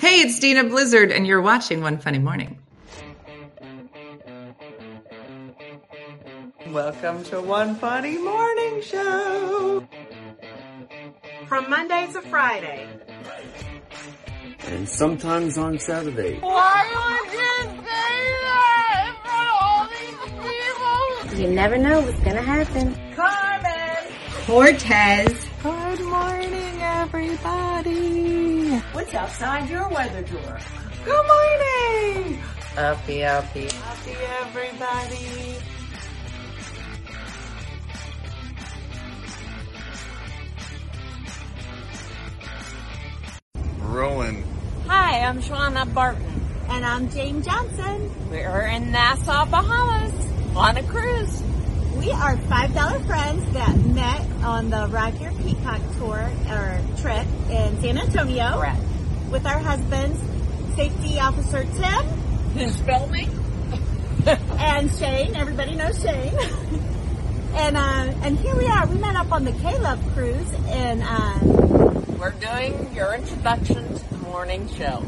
Hey, it's Dina Blizzard, and you're watching One Funny Morning. Welcome to One Funny Morning Show. From Monday to Friday. and sometimes on Saturday. You never know what's gonna happen. Carmen! Cortez. Good morning, everybody. What's outside your weather door? Good morning! Happy, happy. Happy, everybody. Rowan. Hi, I'm Shauna Barton. And I'm Jane Johnson. We're in Nassau, Bahamas on a cruise. We are $5 friends that met on the Roger Peacock tour or trip in San Antonio Correct. with our husbands, safety officer Tim Who's filming? and Shane. Everybody knows Shane. and uh, and here we are. We met up on the Caleb cruise and uh, We're doing your introduction to the morning show.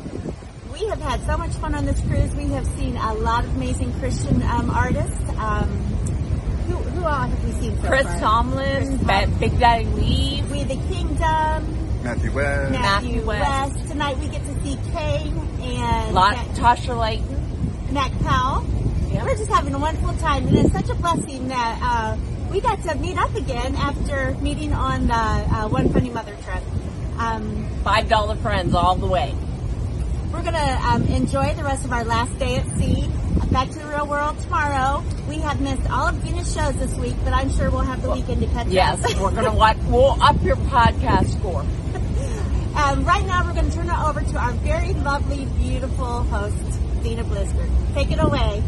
we have had so much fun on this cruise. We have seen a lot of amazing Christian um, artists. Um, who, who all have we seen so Chris far? Tomlin, Chris Ba- Big Daddy Weave, We the Kingdom. Matthew Webb. Matthew Matthew West. West. Tonight we get to see Kay and Lot, Mac- Tasha Layton. Mac Powell. We're just having a wonderful time, and it's such a blessing that uh, we got to meet up again after meeting on the uh, One Funny Mother trip. Um, Five dollar friends all the way. we're gonna um, enjoy the rest of our last day at sea. Back to the real world tomorrow. We have missed all of Dina's shows this week, but I'm sure we'll have the weekend to catch Yes, up. we're gonna watch. We'll up your podcast score. Um, right now, we're going to turn it over to our very lovely, beautiful host, Dina Blizzard. Take it away.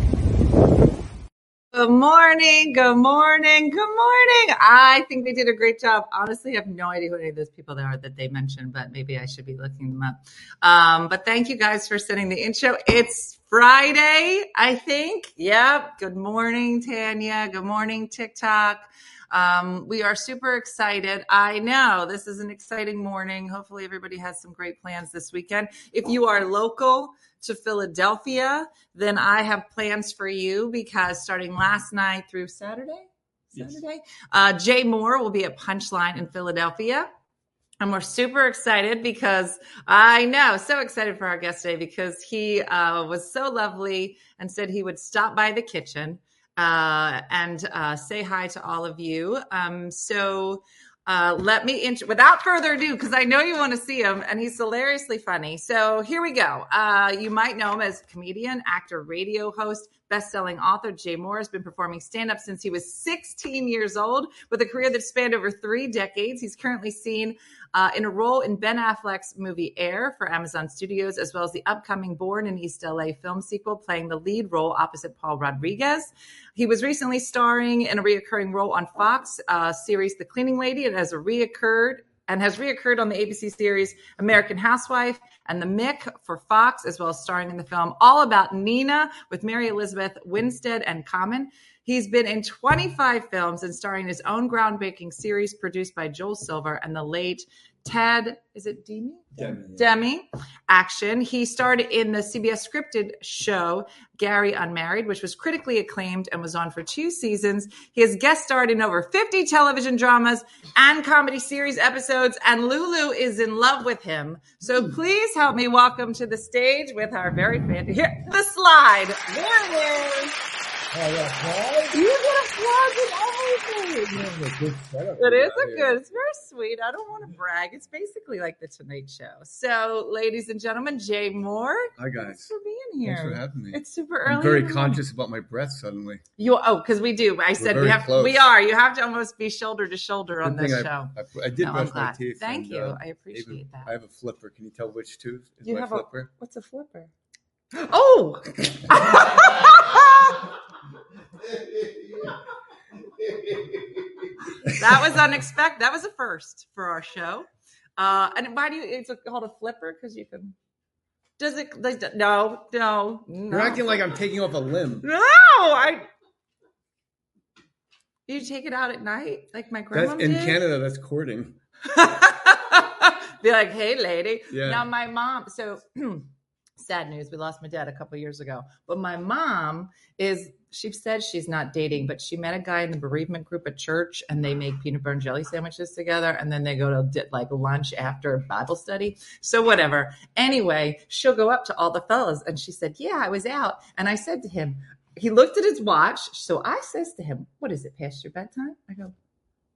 Good morning. Good morning. Good morning. I think they did a great job. Honestly, I have no idea who any of those people are that they mentioned, but maybe I should be looking them up. Um, but thank you guys for sending the intro. It's Friday, I think. Yep. Good morning, Tanya. Good morning, TikTok. Um, we are super excited. I know this is an exciting morning. Hopefully, everybody has some great plans this weekend. If you are local to Philadelphia, then I have plans for you because starting last night through Saturday, Saturday, uh, Jay Moore will be at Punchline in Philadelphia. And we're super excited because I know, so excited for our guest today because he uh, was so lovely and said he would stop by the kitchen uh, and uh, say hi to all of you. Um, so uh, let me, int- without further ado, because I know you want to see him and he's hilariously funny. So here we go. Uh, you might know him as comedian, actor, radio host, best-selling author. Jay Moore has been performing stand-up since he was 16 years old with a career that spanned over three decades. He's currently seen uh, in a role in Ben Affleck's movie Air for Amazon Studios, as well as the upcoming Born in East LA film sequel, playing the lead role opposite Paul Rodriguez. He was recently starring in a reoccurring role on Fox uh, series The Cleaning Lady, and has a reoccurred and has reoccurred on the ABC series American Housewife and The Mick for Fox, as well as starring in the film All About Nina with Mary Elizabeth Winstead and Common. He's been in 25 films and starring his own groundbreaking series produced by Joel Silver and the late Ted, is it Demi? Demi. Demi Action. He starred in the CBS scripted show Gary Unmarried, which was critically acclaimed and was on for two seasons. He has guest starred in over 50 television dramas and comedy series episodes, and Lulu is in love with him. So please help me welcome to the stage with our very fan here, the slide. There it is. It is a good. It's very sweet. I don't want to brag. It's basically like the Tonight Show. So, ladies and gentlemen, Jay Moore, Hi thanks guys. for being Thanks for here. having me. It's super early. I'm very in the morning. conscious about my breath suddenly. You oh, because we do. I said we very have. close. We are. You have to almost be shoulder to shoulder on Good thing this I- show. I, I No, did I'm brush my glad. teeth. Thank and, you. uh, I appreciate even- that. I have a flipper. Can you tell which tooth is You my have a- flipper? What's a flipper? Oh. that was unexpected. That was a first for our show. Uh, and why do you? It's called a flipper because you can. Does it? Like, no, no, no. You're acting like I'm taking off a limb. no, I. You take it out at night, like my That's, grandma in did? Canada, that's courting. be like, hey, lady. Yeah. Now, my mom, so sad news, we lost my dad a couple years ago, but my mom is, she said she's not dating, but she met a guy in the bereavement group at church and they make peanut butter and jelly sandwiches together. And then they go to di- like lunch after Bible study. So, whatever. Anyway, she'll go up to all the fellas and she said, yeah, I was out. And I said to him, he looked at his watch. So I says to him, what is it, past your bedtime? I go,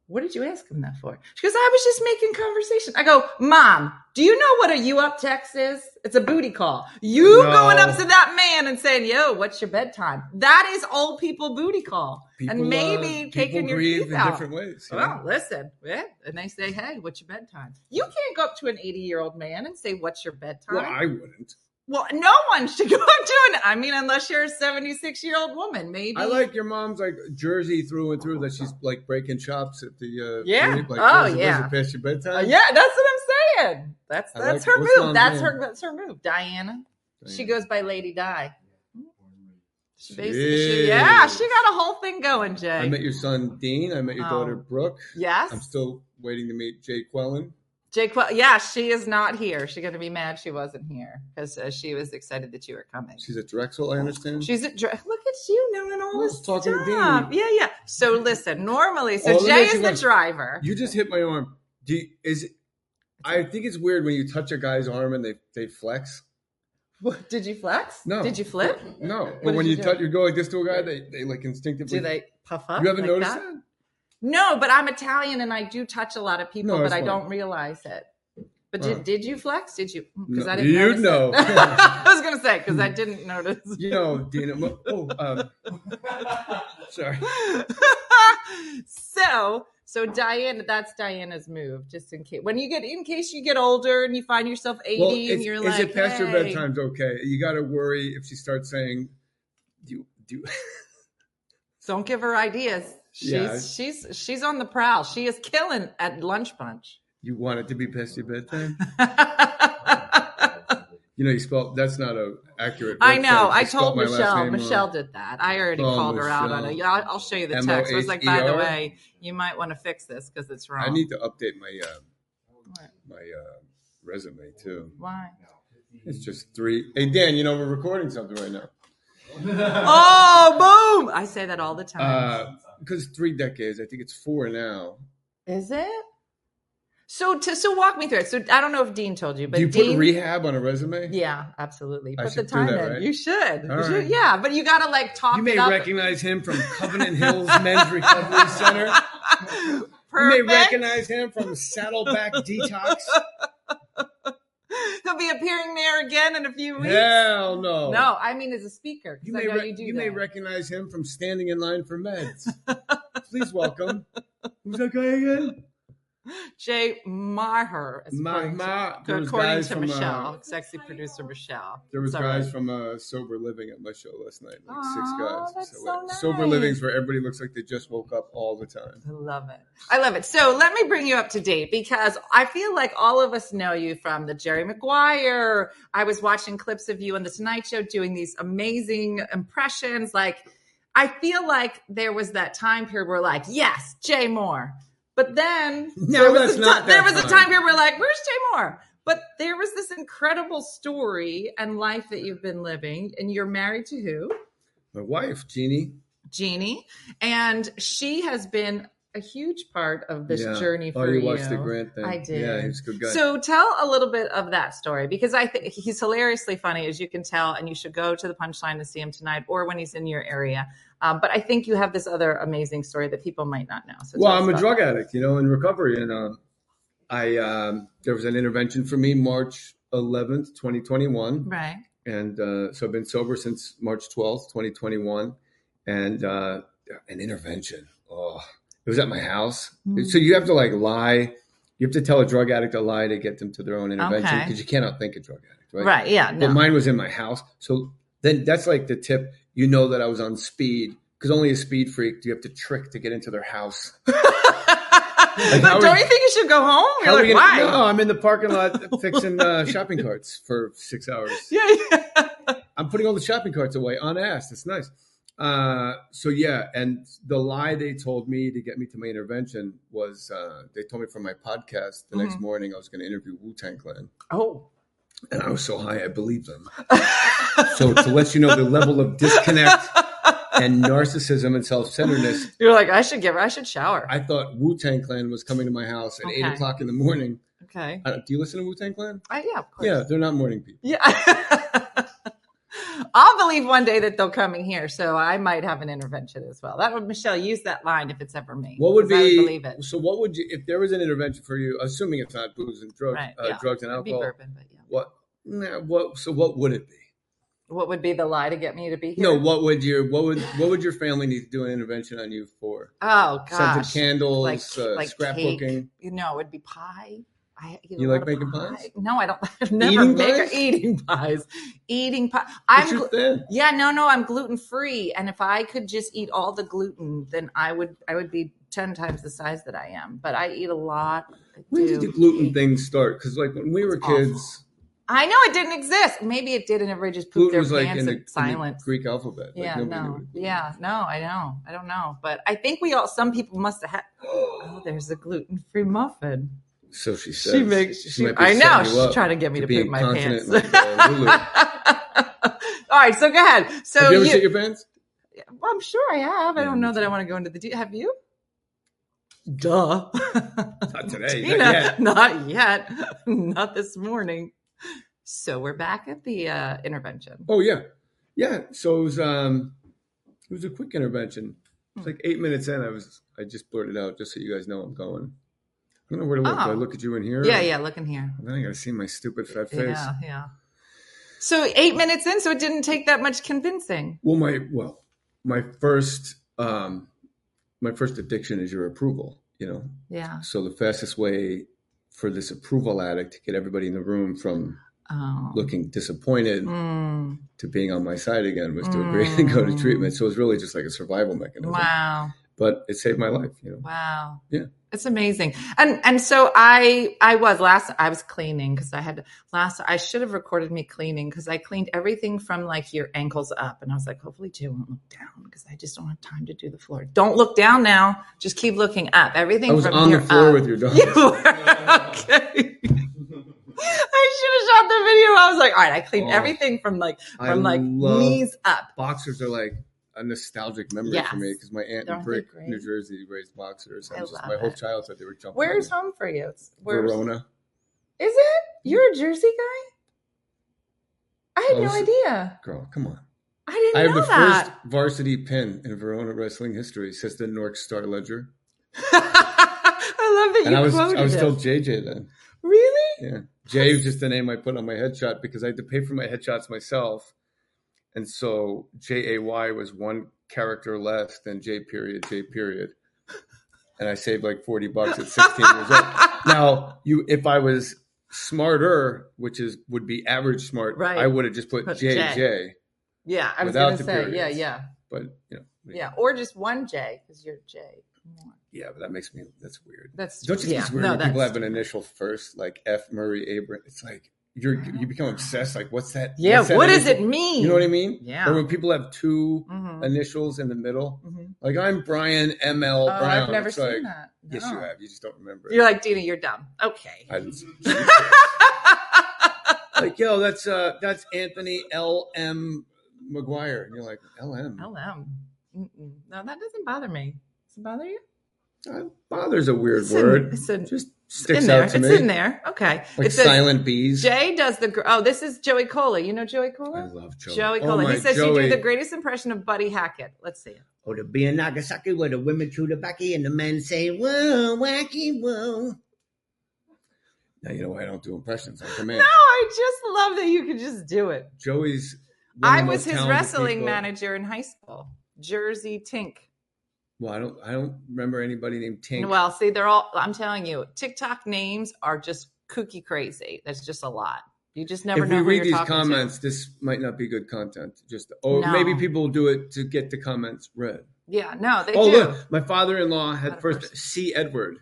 what did you ask him that for? She goes, I was just making conversation. I go, Mom, do you know what a you up text is? It's a booty call. You No. going up to that man and saying, Yo, what's your bedtime? That is old people booty call. People, and uh, maybe people taking your grieve teeth in out. Oh, different ways. you Well, know? listen, yeah. and they say, Hey, what's your bedtime? You can't go up to an 80 year old man and say, What's your bedtime? Well, I wouldn't. Well, no one should go up to an, I mean, unless you're a 76 year old woman, maybe. I like your mom's like Jersey through and through that she's like breaking chops at the uh, Yeah. clinic, Like, Oh, "Was it- was yeah. it past your bedtime. Uh, yeah, that's what I'm saying. That's I that's like- her what's move. my That's name? her that's her move. Diana. Diana. She goes by Lady Di. She basically, Jeez. she, yeah, she got a whole thing going, Jay. I met your son Dean. I met your Oh. daughter Brooke. yes, I'm still waiting to meet Jay Quellen. Jake. Well, yeah, she is not here. She's gonna be mad she wasn't here because uh, she was excited that you were coming. She's at Drexel, I understand. She's a dr- look at you knowing all I was this talking to stuff. Yeah, yeah. So listen, normally, so Oh, let me Jay ask you is the one. driver. you just hit my arm. Do you, is I think it's weird when you touch a guy's arm and they they flex. What, did you flex? No. Did you flip? No, did but when you you, do? touch, you go like this to a guy, they they like instinctively. Do they puff up? you haven't like noticed that? that? No, but I'm Italian and I do touch a lot of people, No, but it's I fine. don't realize it. But Uh. did, did you flex? Did you? Because No, I didn't. you notice it. know. I was gonna say because I didn't notice. You know, Dina. mo- Oh, um, sorry. so so Diana, that's Diana's move. Just in case when you get in case you get older and you find yourself 80 Well, and it's, you're is like, it past your "Hey." bedtime's okay? You got to worry if she starts saying, "Do you- do." you-" Don't give her ideas. She's Yeah. she's she's on the prowl. She is killing at lunch punch. You want it to be past your bedtime? You know, you spell that's not a accurate. I website. know. I spelled told my last Michelle. name wrong. Michelle did that. I already Oh, called her out on it. Michelle. Yeah, I'll, I'll show you the text. I was like, by the M-O-H-E-R? way, you might want to fix this because it's wrong. E I need to update my uh, What? my uh, resume too. Why? It's just three. Hey Dan, you know we're recording something right now. Oh, boom! I say that all the time. Uh, because three decades, I think it's four now. Is it? So to so walk me through it. So I don't know if Dean told you, but Do you Dean, put rehab on a resume? yeah, absolutely. I Put the should do time that, in. right? You should. All You should- right. Yeah, but you got to like talk You it may up. recognize him from Covenant Hills Men's Recovery Center. You may Perfect. recognize him from Saddleback Detox. He'll be appearing there again in a few weeks. Hell no. No, I mean as a speaker. 'cause You I may, know rec- you do you that. may recognize him from standing in line for meds. Please welcome. Who's that guy again? Jay Maher, as Ma- according, Ma- to, there was according guys to from, uh, Michelle, sexy producer Michelle. There was Sorry. guys from uh, Sober Living at my show last night. Like six Aw, guys. that's so uh, Sober nice. Living's where everybody looks like they just woke up all the time. I love it. I love it. So let me bring you up to date because I feel like all of us know you from the Jerry Maguire. I was watching clips of you on the Tonight Show doing these amazing impressions. Like, I feel like there was that time period where, like, yes, Jay Moore. But then No, there was, that's a, ti- not that there was a time. time period where, like, where's Jay Moore? But there was this incredible story and life that you've been living, and you're married to who? My wife, Jeannie. Jeannie, and she has been a huge part of this Yeah. journey for oh, you you. watched the Grant thing. I did. Yeah, he was a good guy. So tell a little bit of that story because I think he's hilariously funny, as you can tell, and you should go to the punchline to see him tonight or when he's in your area. Um, but I think you have this other amazing story that people might not know. So well tell us i'm a about drug addict you know in recovery and um, i um, there was an intervention for me march 11th 2021 that. right? and uh, so i've been sober since march 12th 2021 and uh, an intervention oh it was at my house Mm. so you have to like lie you have to tell a drug addict a lie to get them to their own intervention Okay. because you cannot think a drug addict right, right yeah, no, but mine was in my house so then that's like the tip you know that i was on speed because only a speed freak do you have to trick to get into their house how but are don't you- you think you should go home? You're How are like, we why? gonna- No, I'm in the parking lot fixing uh, shopping carts for six hours. Yeah, yeah. I'm putting all the shopping carts away unasked. It's nice. Uh, so yeah, and the lie they told me to get me to my intervention was uh, they told me from my podcast the Mm-hmm. next morning I was going to interview Wu Tang Clan, Oh, and I was so high I believed them. so to let you know the level of disconnect and narcissism and self centeredness You're like, I should give her, I should shower. I thought Wu Tang Clan was coming to my house at eight Okay. o'clock in the morning. okay. Uh, do you listen to Wu Tang Clan? I, yeah, of course. Yeah, they're not morning people. Yeah. I'll believe one day that they'll come in here, so I might have an intervention as well. That would Michelle use that line if it's ever me. What would 'cause be? I believe it? So, what would you if there was an intervention for you? Assuming it's not booze and drugs, Right, uh, yeah. drugs and It'd be alcohol. bourbon, but yeah. What? Nah, what? So, what would it be? What would be the lie to get me to be here? No, what would your what would what would your family need to do an intervention on you for? Oh Scented gosh. candles, Like- uh, like scrapbooking. cake. You know, it would be pie. I eat a You lot like of making pie. pies? No, I don't. I've never Eating make pies? eating pies. Eating pie. But I'm. you're gl- thin. yeah, no, no, I'm gluten free, and if I could just eat all the gluten, then I would. I would be ten times the size that I am. But I eat a lot. I When did do the gluten eat- thing start? Because like when we were It's awful. kids, I know it didn't exist. Maybe it did, and everybody just pooped gluten their was like pants in the, in, in the silence. Greek alphabet. Like yeah, nobody knew no, what it was. yeah, no. I know. I don't know, but I think we all. Some people must have had. Oh, there's a gluten free muffin. So she says She makes. She, might be I know. setting you She's up trying to get me to poop being my pants. continent like, uh, Lulu. All right, so go ahead. So Have you ever you- shit your pants? well, I'm sure I have. I Yeah, don't me know that I want to go into the. De- have you? Duh. Not today. Tina, Not yet. not yet. Not this morning. So we're back at the uh, intervention. Oh yeah, yeah. So it was um, it was a quick intervention. It's Hmm. like eight minutes in. I was I just blurted out just so you guys know I'm going. I don't know where to look. Do I Oh. look at you in here? Yeah, or- yeah. Look in here. And then I gotta see my stupid fat face. Yeah, yeah. So eight minutes in, so it didn't take that much convincing. Well, my well, my first um, my first addiction is your approval. You know, Yeah. so the fastest way for this approval addict to get everybody in the room from Oh. looking disappointed Mm. to being on my side again was to agree to go to treatment. So it was really just like a survival mechanism. Wow. But it saved my life. You know. Wow. Yeah. It's amazing. And and so I I was last I was cleaning because I had last I should have recorded me cleaning because I cleaned everything from like your ankles up and I was like hopefully Jay won't look down because I just don't have time to do the floor. Don't look down now. Just keep looking up. Everything I was from um, on here the floor up. with your dog. You were okay. I should have shot the video. I was like, all right, I cleaned Oh. everything from like from I like love- knees up. boxers are like a nostalgic memory Yes. for me because my aunt in Aren't they Brick, great? New Jersey, raised boxers. And I just, love my whole it. childhood, they were jumping. Where's on home for you? It's- me. Where's Verona? Is it? You're a Mm-hmm. Jersey guy? I had Oh, no so- idea. Girl, come on. I didn't I have know the that. first varsity pin in Verona wrestling history, says the North Star Ledger. I love that And you I was quoted I was it. still JJ then. really? Yeah. Jay was just the name I put on my headshot because I had to pay for my headshots myself. And so J A Y was one character less than J period, J period. And I saved like 40 bucks at 16 years old. Now, you if I was smarter, which is would be average smart, Right. I would have just put, Put JJ. Yeah, I was Without going to the say, yeah, periods. yeah, But you know, yeah, or just one J because you're J. Moore. yeah, but that makes me that's weird. That's Don't you think yeah, it's weird no, when people that's- have an initial first, like F Murray Abram? It's like you're you become obsessed. Like, what's that? Yeah, what's that what does initial- it mean? You know what I mean? Yeah. Or when people have 2 Mhm. initials in the middle, Mhm. like I'm Brian M L Oh, Brown. I've never It's seen like, that. Yes, No. you have. You just don't remember. it. You're like Dina, you're dumb. Okay. I didn't see- like, yo, that's uh, that's Anthony L M McGuire, and you're like L M. LM. Mm-mm. No, that doesn't bother me. Does it bother you? Bothers a weird It's in- word. it's in- just in sticks there. out to it's me. in there. Okay. Like it says silent bees. Jay does the. gr- Oh, this is Joey Cola. You know Joey I Cola? love Joey. Joey Oh Cola. my he says you Joey. do the greatest impression of Buddy Hackett. Let's see it. Oh, to be in Nagasaki where the women chew the bucky and the men say, whoa, wacky, whoa. Now you know why I don't do impressions on command. No, I just love that you can just do it. Joey's. one of I the was most his talented wrestling people. manager in high school. Jersey Tink. Well, I don't. I don't remember anybody named Tink. Well, see, they're all. I'm telling you, TikTok names are just kooky crazy. That's just a lot. You just never if know. we who read you're these talking to. comments, this might not be good content. Just or No. maybe people do it to get the comments read. Yeah, no, they oh do. look, my father-in-law Not had a first person. C. Edward.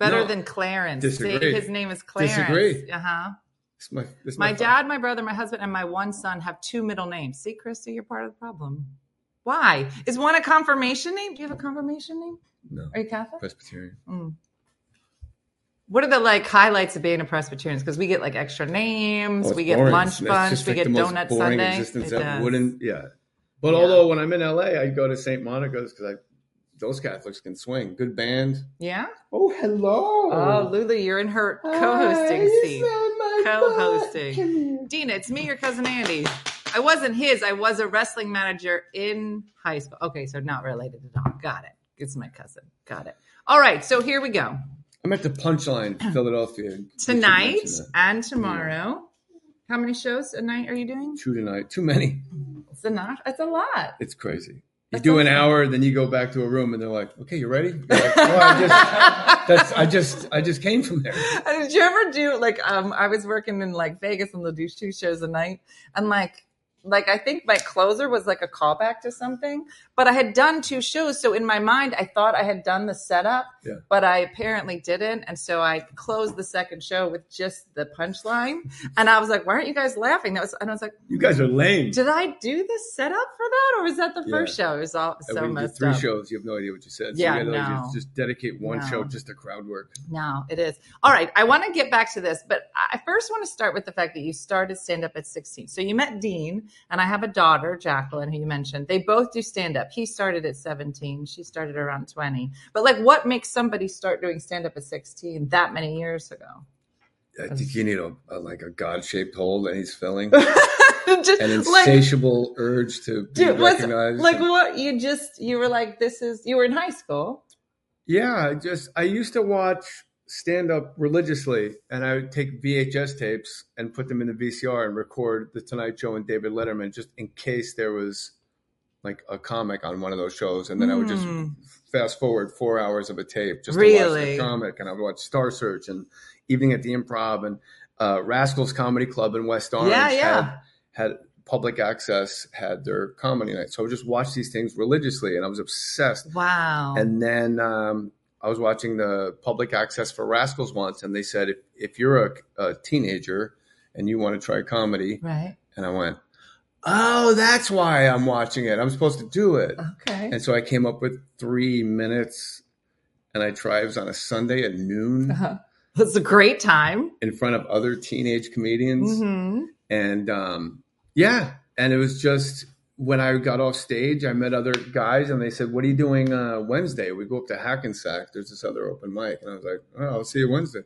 Better no. than Clarence. See, Disagree. his name is Clarence. Disagree. Uh huh. It's my it's My fa- dad, my brother, my husband, and my one son have two middle names. See, Krista, you're part of the problem. Why? Is one a confirmation name? Do you have a confirmation name? No. Are you Catholic? Presbyterian. Mm. What are the like highlights of being a Presbyterian? Because we get like extra names, Oh, we it's get boring. lunch That's bunch, just, we like, get the most donut boring Sunday. Existence It that does. wouldn't, yeah. But Yeah. although when I'm in LA, I go to St. Monica's because I those Catholics can swing. Good band. Yeah. Oh, hello. Oh, Lulu, you're in her co-hosting seat. Co-hosting. Dina, it's me, your cousin Andy. I wasn't his. I was a wrestling manager in high school. Okay, so not related at all. Got it. It's my cousin. Got it. All right, so here we go. I'm at the Punchline, Philadelphia. We should Tonight mention that. and tomorrow. How many shows a night are you doing? Two tonight. Too many. It's a not. It's a lot. It's crazy. You That's do an awesome. hour, then you go back to a room, and they're like, "Okay, you ready?" You're like, "No, I just, that's, I just, I just came from there. Did you ever do like um I was working in like Vegas and they'll do two shows a night and like like I think my closer was like a callback to something, but I had done two shows, so in my mind I thought I had done the setup, Yeah. but I apparently didn't, and so I closed the second show with just the punchline, and I was like, "Why aren't you guys laughing?" That was, and I was like, You guys are lame. "Did I do the setup for that, or was that the Yeah. first show?" It was all And so when you do messed three up. shows, you have no idea what you said. Yeah, you gotta, like, no. just- just dedicate one No. show just to crowd work. No, it is. All right. I want to get back to this, but I first want to start with the fact that you started stand up at 16. So you met Dean, and I have a daughter, Jacqueline, who you mentioned. They both do stand up. He started at 17, she started around 20. But like, what makes somebody start doing stand up at 16 that many years ago? I think you need a, a like a God shaped hole that he's filling, Just an insatiable urge to be dude, what's- recognized. like what you just you were like this is you were in high school Yeah, I just I used to watch stand up religiously, and I would take VHS tapes and put them in the VCR and record the Tonight Show and David Letterman just in case there was like a comic on one of those shows, and then I would just Hmm. fast forward four hours of a tape just to watch Really? the comic, and I would watch Star Search and Evening at the Improv and uh, Rascals Comedy Club in West Orange. Yeah, yeah. Had, had public access had their comedy night, so I would just watch these things religiously, and I was obsessed. wow And then um, I was watching the public access for Rascals once, and they said, if, if you're a, a teenager and you want to try comedy, right and I went, oh, that's why I'm watching it. I'm supposed to do it. okay And so I came up with three minutes, and I tried. It was on a Sunday at noon uh-huh. that's a great time in front of other teenage comedians. hmm and um, yeah, and it was just when I got off stage, I met other guys, and they said, "What are you doing uh, Wednesday?" We go up to Hackensack. There's this other open mic, and I was like, "Oh, I'll see you Wednesday."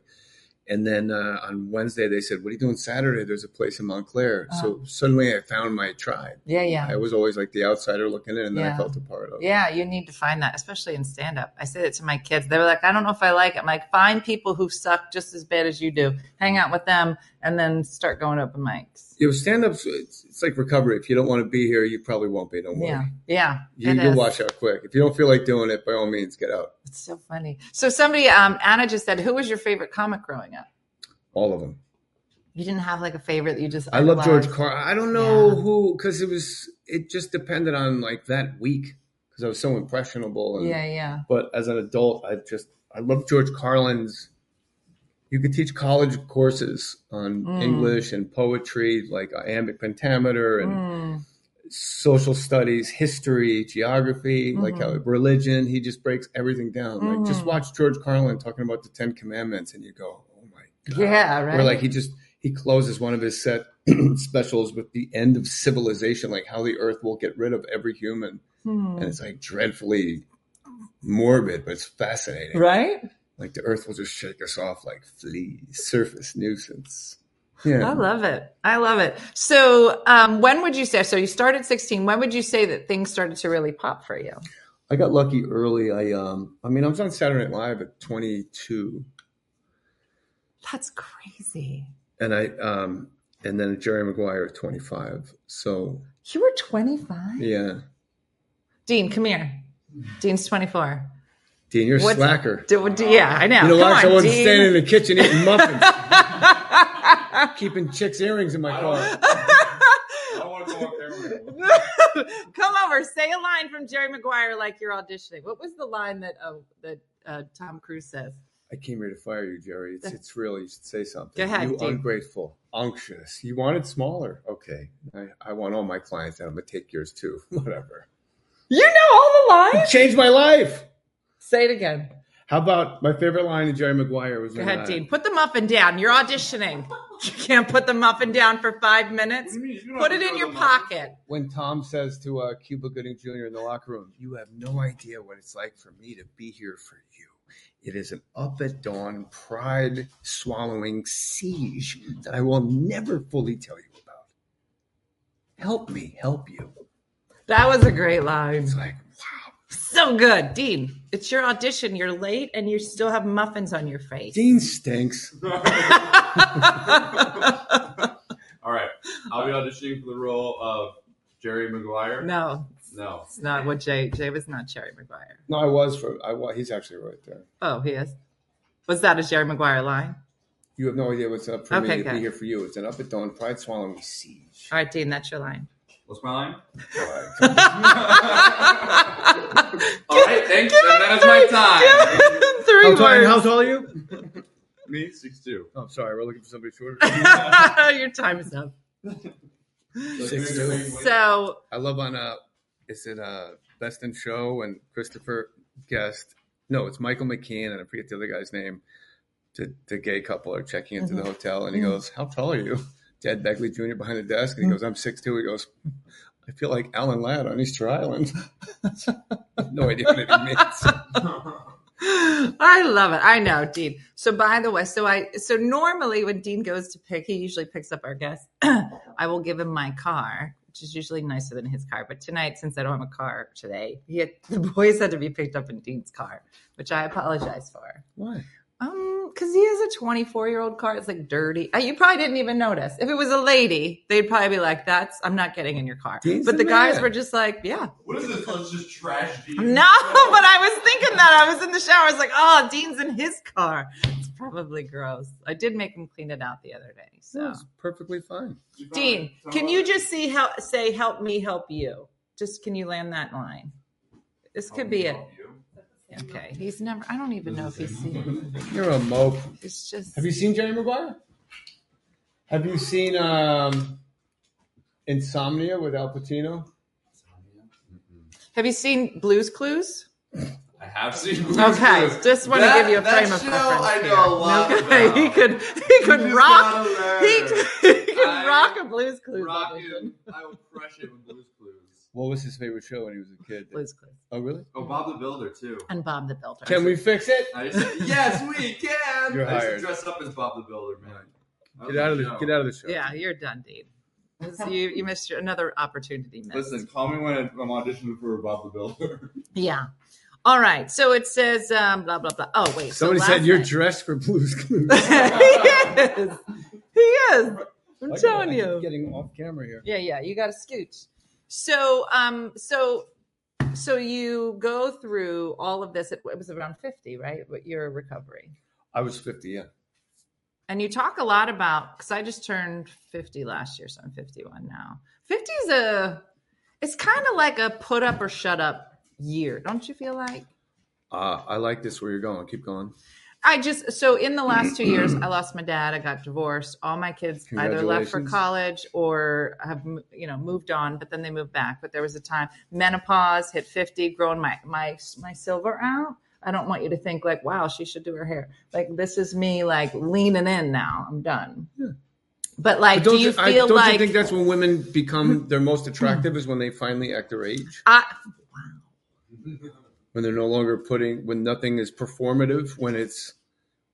And then uh, on Wednesday, they said, "What are you doing Saturday?" There's a place in Montclair. Oh. So suddenly, I found my tribe. Yeah, yeah. I was always like the outsider looking in, and then Yeah. I felt a part of. it. Yeah, you need to find that, especially in stand up. I say that to my kids. They were like, I don't know if I like it. I'm like, find people who suck just as bad as you do, hang out with them, and then start going to open mics. You know, stand ups, it's, it's like recovery. If you don't want to be here, you probably won't be. Don't worry. Yeah, yeah. You, it you is. wash out quick. If you don't feel like doing it, by all means, get out. It's so funny. So, somebody, um, Anna just said, Who was your favorite comic growing up? All of them. You didn't have like a favorite that you just. I love George idolized? Carl. I don't know Yeah. who because it was it just depended on like that week because I was so impressionable. And, Yeah, yeah. But as an adult, I just I love George Carlin's. You could teach college courses on Mm. English and poetry, like uh, iambic pentameter and Mm. social studies, history, geography, like how Mm-hmm. religion. He just breaks everything down. Like just Mm. watch George Carlin talking about the Ten Commandments, and you go, "Oh my god!" Yeah, right. Where like he just he closes one of his set specials with the end of civilization, like how the Earth will get rid of every human, Hmm. and it's like dreadfully morbid, but it's fascinating. Right? Like the Earth will just shake us off like fleas, surface nuisance. Yeah. I love it. I love it. So, um, when would you say? So, you started 16. When would you say that things started to really pop for you? I got lucky early. I um I mean I was on Saturday Night Live at 22 That's crazy. and I um and then Jerry Maguire at 25. So, You were 25? yeah. Dean, come here. Dean's 24. Dean, you're a What's- slacker. Do- do- yeah, I know. You come know why? on, So I wasn't Dean. standing in the kitchen eating muffins. Keeping chicks' earrings in my car. come over. Say a line from Jerry Maguire like you're auditioning. What was the line that uh, that uh, Tom Cruise says? I came here to fire you, Jerry. It's, it's real. You should say something. Go ahead, you Dean. ungrateful, unctuous. You wanted smaller. Okay. I, I want all my clients, and I'm going to take yours too. Whatever. You know all the lines. Changed my life. Say it again. How about my favorite line in Jerry Maguire was Go when, ahead, uh, Dean. Put the muffin down. You're auditioning. You can't put the muffin down for five minutes. Put it in your pocket. when Tom says to uh, Cuba Gooding Jr. in the locker room, "You have no idea what it's like for me to be here for you. It is an up at dawn, pride swallowing siege that I will never fully tell you about. Help me, help you." That was a great line. It's like, So good, Dean. It's your audition. You're late, and you still have muffins on your face. Dean stinks. All right. I'll be auditioning for the role of Jerry Maguire. No, No. it's not what Jay. Jay was not Jerry Maguire. No, I was for. I was. He's actually right there. Oh, he is. Was that a Jerry Maguire line? You have no idea what's up for Okay, me to good. be here for you. It's an up at dawn, pride swallowing siege. All right, Dean, that's your line. What's my line? All All right. Thanks. And that is my time. Three How tall, how words. tall are you? Me, six two. Oh, sorry. We're looking for somebody shorter. your time is up. Six two. So I love on uh is it uh Best in Show and Christopher Guest. No, it's Michael McKean and I forget the other guy's name. The, the gay couple are checking into the hotel and he goes, How tall are you? Ted Begley Jr. behind the desk and he goes, I'm six two. He goes, I feel like Alan Ladd on Easter Island. no idea what it means. I love it. I know, Dean. So by the way, so I so normally when Dean goes to pick, he usually picks up our guest. I will give him my car, which is usually nicer than his car. But tonight, since I don't have a car today, he had, the boys had to be picked up in Dean's car, which I apologize for. Why? Um, because he has a 24 year old car. It's like dirty. Uh, You probably didn't even notice. If it was a lady, they'd probably be like, "That's I'm not getting in your car." Dean's but a the guys man. were just like, "Yeah." What is this? Let's just trash these. No, but I was thinking that. I was in the shower. I was like, "Oh, Dean's in his car. It's probably gross." I did make him clean it out the other day. So, That's perfectly fine. Dean, can you just see how say "Help me, help you"? Just can you land that line? This could be it. Okay, he's never. I don't even know if he's seen. You're a mope. it. It's just. Have you seen Jerry Maguire? Have you seen um, Insomnia with Al Pacino? Have you seen Blues Clues? I have seen. Okay, just want That- to give you a that frame of show reference. I know here. a lot about. he could he could just rock gotta learn. he, could- he could I- rock a Blues Clues. Rock audition. him. I will crush it with Blues Clues. What was his favorite show when he was a kid? Blues Clues Oh, really? Oh, Bob the Builder too. and Bob the Builder. Can we fix it? I used to, yes, we can. You're I used hired. to dress up as Bob the Builder, man. That was Get out of a the show. get out of the show. Yeah, you're done, Dean. This- You you missed your, another opportunity. Missed. Listen, call me when I'm auditioning for Bob the Builder. Yeah. All right. So it says um, blah blah blah. Oh wait. Somebody so said last you're night- dressed for Blues Clues. he is. He is. I'm Like, telling I keep you. getting off camera here. Yeah, yeah, you got to scooch. So, um, so, so you go through all of this. It, it was around fifty, right? But your recovery, I was 50. Yeah, and you talk a lot about because I just turned fifty last year, so I'm fifty-one now. Fifty is a, it's kind of like a put up or shut up year, don't you feel like? uh, I like this where you're going. Keep going. I just so in the last two years, I lost my dad. I got divorced. All my kids either left for Congratulations. college or have you know moved on, but then they moved back. But there was a time menopause hit fifty, growing my my my silver out. I don't want you to think like, wow, she should do her hair. Like this is me like leaning in now. I'm done. But like, But don't do you you, I, feel don't like you think that's when women become their most attractive is when they finally act their age, I, when they're no longer putting when nothing is performative, when it's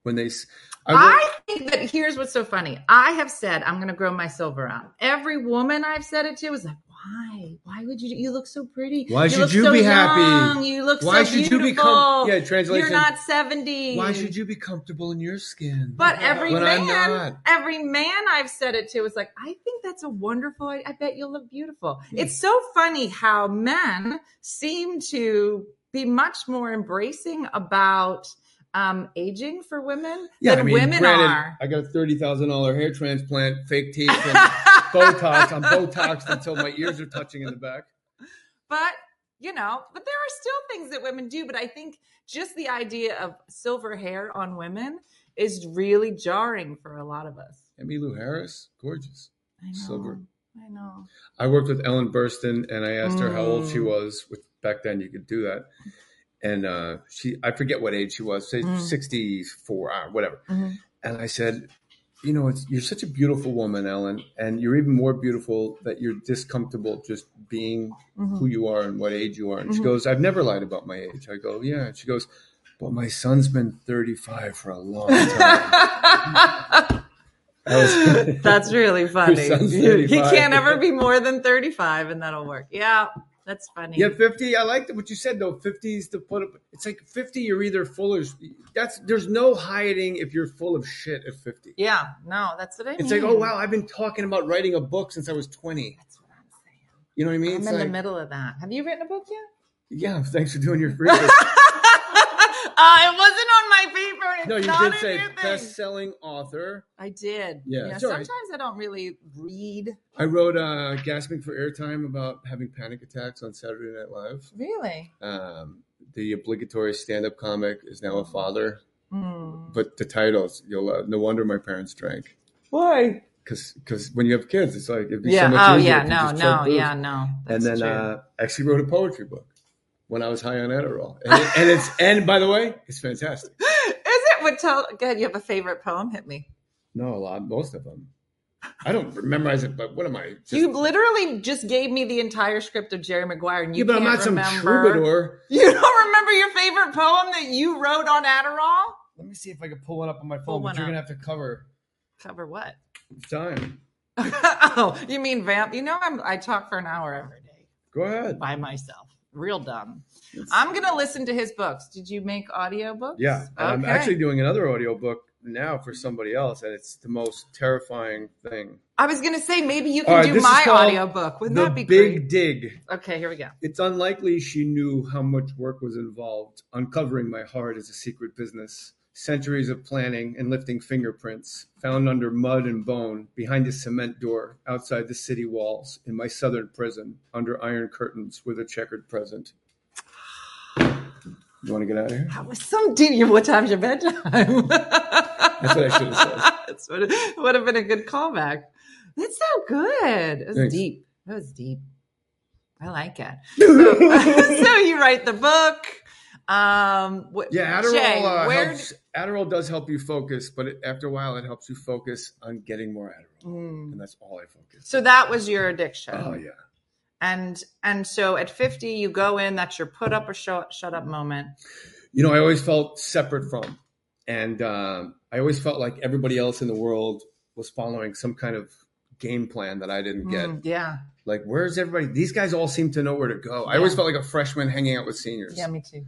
when they. s- I, work- I think that here's what's so funny. I have said I'm going to grow my silver out. Every woman I've said it to is like, why? Why would you? You look so pretty. Why should look you so be happy? young. You look Why so should you beautiful. be com- Yeah, translation, You're not 70. why should you be comfortable in your skin? But every When I'm man, not. every man I've said it to is like, I think that's a wonderful. I, I bet you'll look beautiful. Hmm. It's so funny how men seem to be much more embracing about um, aging for women than women granted, are. I got a thirty thousand dollar hair transplant, fake teeth, and Botox. I'm Botoxed until my ears are touching in the back. but you know but there are still things that women do but i think just the idea of silver hair on women is really jarring for a lot of us Emmy Lou Harris, gorgeous. I know, Silver. i know Mm. I worked with Ellen Burstyn, and I asked her how old she was, which back then you could do that. And uh, she, I forget what age she was, say Mm. 64, uh, whatever. Mhm. And I said, you know, it's, you're such a beautiful woman, Ellen, and you're even more beautiful that you're this comfortable just being Mm-hmm. who you are and what age you are. And she Mhm. goes, I've never lied about my age. I go, yeah. And she goes, but my son's been 35 for a long time. I was- That's really funny. son's He 35. can't ever be more than 35 and that'll work. Yeah, that's funny. Yeah, fifty. I liked what you said though. Fifty is to put up. It's like fifty. You're either full or that's. There's no hiding if you're full of shit at fifty. Yeah, no, that's what I mean. It's like, oh wow, I've been talking about writing a book since I was twenty. That's what I'm saying. You know what I mean? I'm It's in the like, middle of that. Have you written a book yet? yeah. Thanks for doing your uh, research. it wasn't on my paper. and It's no, you not did in say your thing. best-selling author. I did. Yeah, it's all right. sometimes I don't really read. I wrote uh, gasping for airtime about having panic attacks on Saturday Night Live. Really? Um, the obligatory stand-up comic is now a father, Hmm. but the titles you'll uh, no wonder my parents drank. Why? because because when you have kids, it's like it'd be Yeah. so much oh, easier. yeah. if you No, just chug no. booze. Yeah, no. and That's then true. uh, actually wrote a poetry book when I was high on Adderall, and, it- and it's and by the way, it's fantastic. Is it? Would tell. Go ahead. You have a favorite poem? Hit me. No, a lot, most of them. I don't memorize it, but what am I? Just, you literally just gave me the entire script of Jerry Maguire, and you yeah, but I'm can't not some remember. troubadour. You don't remember your favorite poem that you wrote on Adderall? Let me see if I can pull one up on my Pull phone. one But you're gonna up. have to cover Cover what? time. oh, you mean vamp? You know, I'm, I talk for an hour every day Go ahead. by myself. Real dumb. I'm gonna listen to his books. Did you make audiobooks? Yeah, and I'm Okay. actually doing another audiobook now for somebody else, and it's the most terrifying thing. I was gonna say maybe you All can right, do this is my called audiobook. Wouldn't the that be Big great? Dig. Okay, here we go. It's unlikely she knew how much work was involved. Uncovering my heart is a secret business. Centuries of planning and lifting fingerprints found under mud and bone, behind a cement door, outside the city walls, in my southern prison, under iron curtains with a checkered present. You want to get out of here? That was some dude. you- What time's your bedtime? That's what I should've said. That's what it would have been a good callback. That's so good. It was Thanks. deep. That was deep. I like it. So, so you write the book. Um, what, Yeah, Adderall Jay, uh, where helps. Adderall does help you focus, but it, after a while, it helps you focus on getting more Adderall, Mm. and that's all I focus. so that was your addiction. Oh yeah. And and so at 50, you go in. That's your put up or shut shut up moment. you know, I always felt separate from, and um, I always felt like everybody else in the world was following some kind of game plan that I didn't get. Mm, yeah. Like, where's everybody? These guys all seem to know where to go. I always Yeah. felt like a freshman hanging out with seniors. Yeah, me too.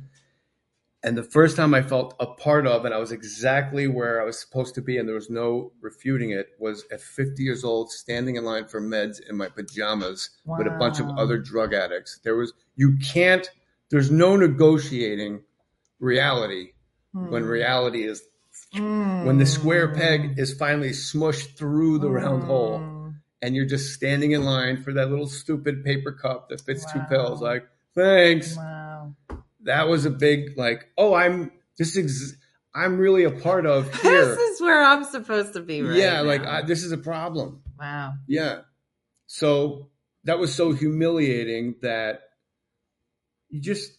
And the first time I felt a part of, and I was exactly where I was supposed to be, and there was no refuting it, was at 50 years old, standing in line for meds in my pajamas with a bunch of Wow. other drug addicts. There was, you can't, there's no negotiating reality Hmm. when Mm. reality is when the square peg is finally smushed through the round Mm. hole and you're just standing in line for that little stupid paper cup that fits two Wow. pills like thanks Wow. that was a big like oh i'm this ex- i'm really a part of here This is where I'm supposed to be, right? yeah now. like I, this is a problem wow. yeah so that was so humiliating that you just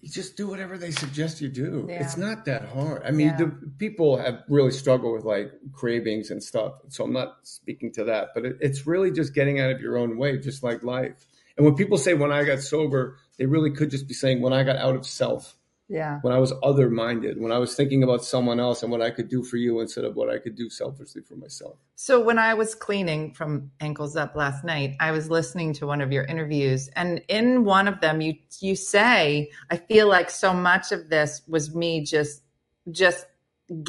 you just do whatever they suggest you do Yeah. it's not that hard i mean Yeah. the people have really struggled with like cravings and stuff so i'm not speaking to that but it, it's really just getting out of your own way just like life and when people say when i got sober they really could just be saying when i got out of self Yeah. when i was other minded when i was thinking about someone else and what i could do for you instead of what i could do selfishly for myself So when I was cleaning from ankles up last night, I was listening to one of your interviews, and in one of them, you you say, "I feel like so much of this was me just just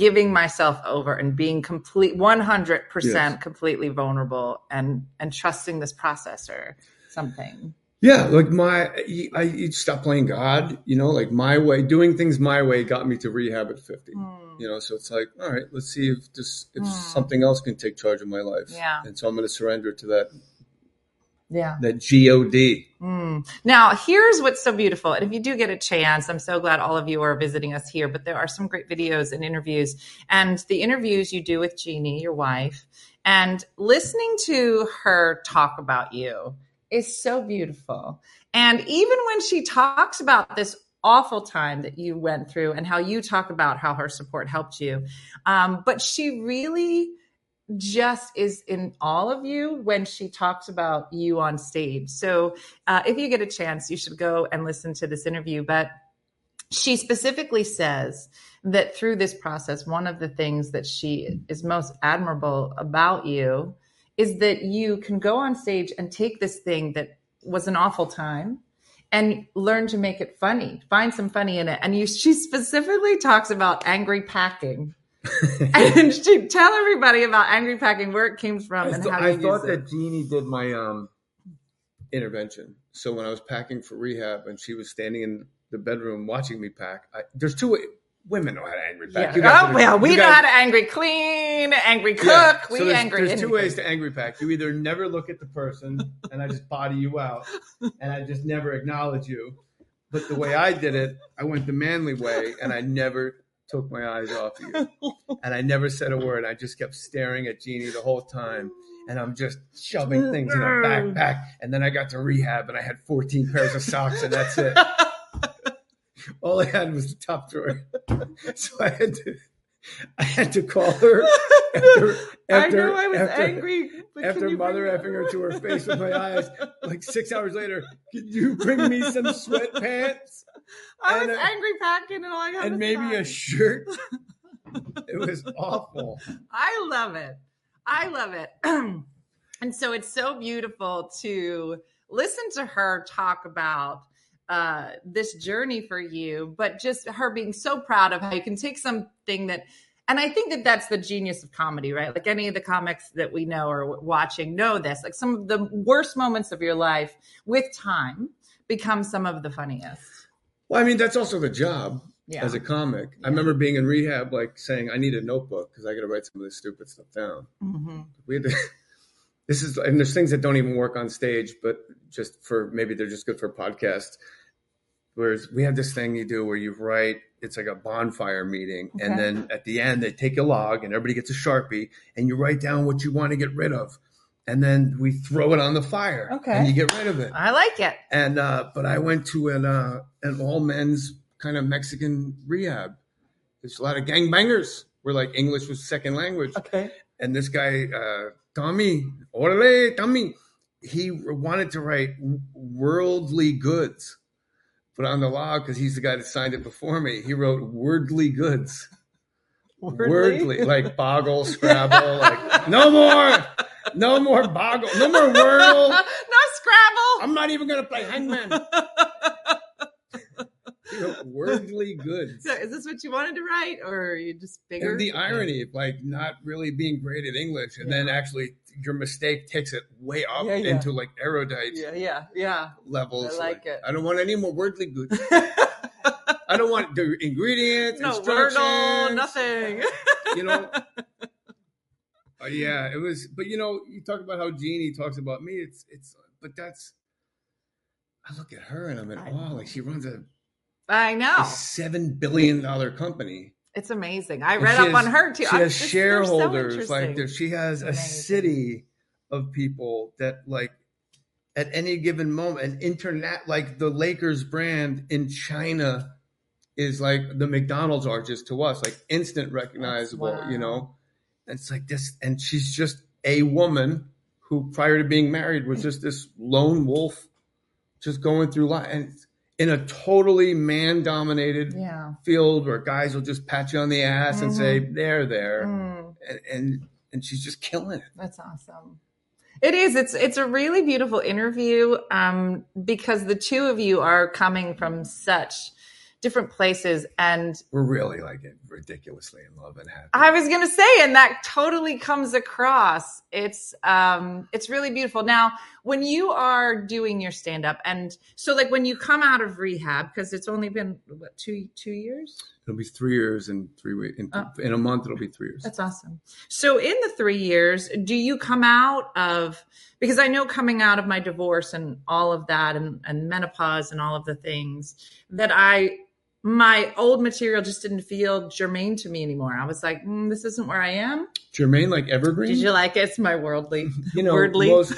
giving myself over and being complete, one hundred percent, Yes. completely vulnerable, and and trusting this process or something." Yeah, like my, I, I stopped playing God, you know, like my way, doing things my way got me to rehab at 50, you know, so it's like, all right, let's see if this, if Hmm. something else can take charge of my life. Yeah. And so I'm going to surrender to that, Yeah. that G-O-D. Mm. Now, here's what's so beautiful. And if you do get a chance, I'm so glad all of you are visiting us here, but there are some great videos and interviews. And the interviews you do with Jeannie, your wife, and listening to her talk about you is so beautiful. And even when she talks about this awful time that you went through and how you talk about how her support helped you, um, but she really just is in all of you when she talks about you on stage. So uh, if you get a chance, you should go and listen to this interview. But she specifically says that through this process, one of the things that she is most admirable about you is that you can go on stage and take this thing that was an awful time and learn to make it funny, find some funny in it. And you, she specifically talks about angry packing. and she tell everybody about angry packing, where it came from, I, and th- how I you use thought it. that Jeannie did my um, intervention. So when I was packing for rehab and she was standing in the bedroom watching me pack, I, there's two wa- women know how to angry pack. Yeah. You guys Oh are- well, we you know guys- how to angry clean, angry cook. Yeah. We so there's, angry. There's two anything. ways to angry pack. You either never look at the person and I just body you out, and I just never acknowledge you. But the way I did it, I went the manly way, and I never took my eyes off you, and I never said a word. I just kept staring at Jeannie the whole time. And I'm just shoving things in a Mm-hmm. backpack. And then I got to rehab and I had 14 pairs of socks, and that's it. All I had was the top drawer. So I had to, I had to call her after, after, I know I was after- angry. but after can you mother bring- effing her to her face with my eyes, like six hours later, can you bring me some sweatpants I was and a- angry packing, and all I got and was maybe a socks. shirt? It was awful. I love it. I love it. and so it's so beautiful to listen to her talk about uh, this journey for you, but just her being so proud of how you can take something that. And I think that that's the genius of comedy, right? Like any of the comics that we know or w- watching know this. Like some of the worst moments of your life with time become some of the funniest. Well, I mean, that's also the job Yeah. as a comic. I remember being in rehab, like saying, I need a notebook because I got to write some of this stupid stuff down. hmm We had to, this is, and there's things that don't even work on stage, but just for maybe they're just good for podcasts. Whereas we have this thing you do where you write, it's like a bonfire meeting. And Okay. then at the end, they take a log and everybody gets a Sharpie and you write down what you want to get rid of. And then we throw it on the fire. Okay. And you get rid of it I like it. and uh, but I went to an uh, an all men's kind of Mexican rehab. There's a lot of gangbangers where like English was second language, Okay. and this guy uh, Tommy, orale Tommy, he wanted to write w- worldly goods, but on the log because he's the guy that signed it before me, he wrote wordly goods. Wordly, like boggle, scrabble, like no more, no more boggle, no more wordle. no Scrabble. I'm not even gonna play hangman. You know, worldly goods. So is this what you wanted to write, or are you just bigger? And the irony of like not really being great at English, and then actually your mistake takes it way up Yeah, yeah. into like erudite Yeah, yeah, yeah. levels. I like it. I don't want any more worldly goods. I don't want the ingredients, no instructions, Wordle, nothing. You know. Uh, yeah, it was. But you know, you talk about how Jeannie talks about me. It's it's. But that's. I look at her and I'm in I awe. Like she runs a I a know. seven billion dollar company. It's amazing. I And read she up has- on her too. She I'm has just- they're so shareholders. like interesting. there, she has a Amazing. city of people that like at any given moment, an internet like the Lakers brand in China is like the McDonald's are just to us, like instant recognizable, you wow. know. And it's like this, and she's just a woman who, prior to being married, was just this lone wolf, just going through life, and in a totally man-dominated yeah. field where guys will just pat you on the ass and say they're there Mm-hmm. Mm, and, and and she's just killing it that's awesome. It is. It's it's a really beautiful interview um, because the two of you are coming from such different places and we're really like ridiculously in love and happy I was gonna say, and that totally comes across. It's um, it's really beautiful. Now, when you are doing your stand up, and so like when you come out of rehab, because it's only been what two two years. it'll be three years and three weeks in, Oh. in a month it'll be three years That's awesome. So in the three years, do you come out of because I know coming out of my divorce and all of that and, and menopause and all of the things that I my old material just didn't feel germane to me anymore. I was like, mm, this isn't where I am. Jermaine like evergreen Did you like it? It's my worldly You know wordly. most-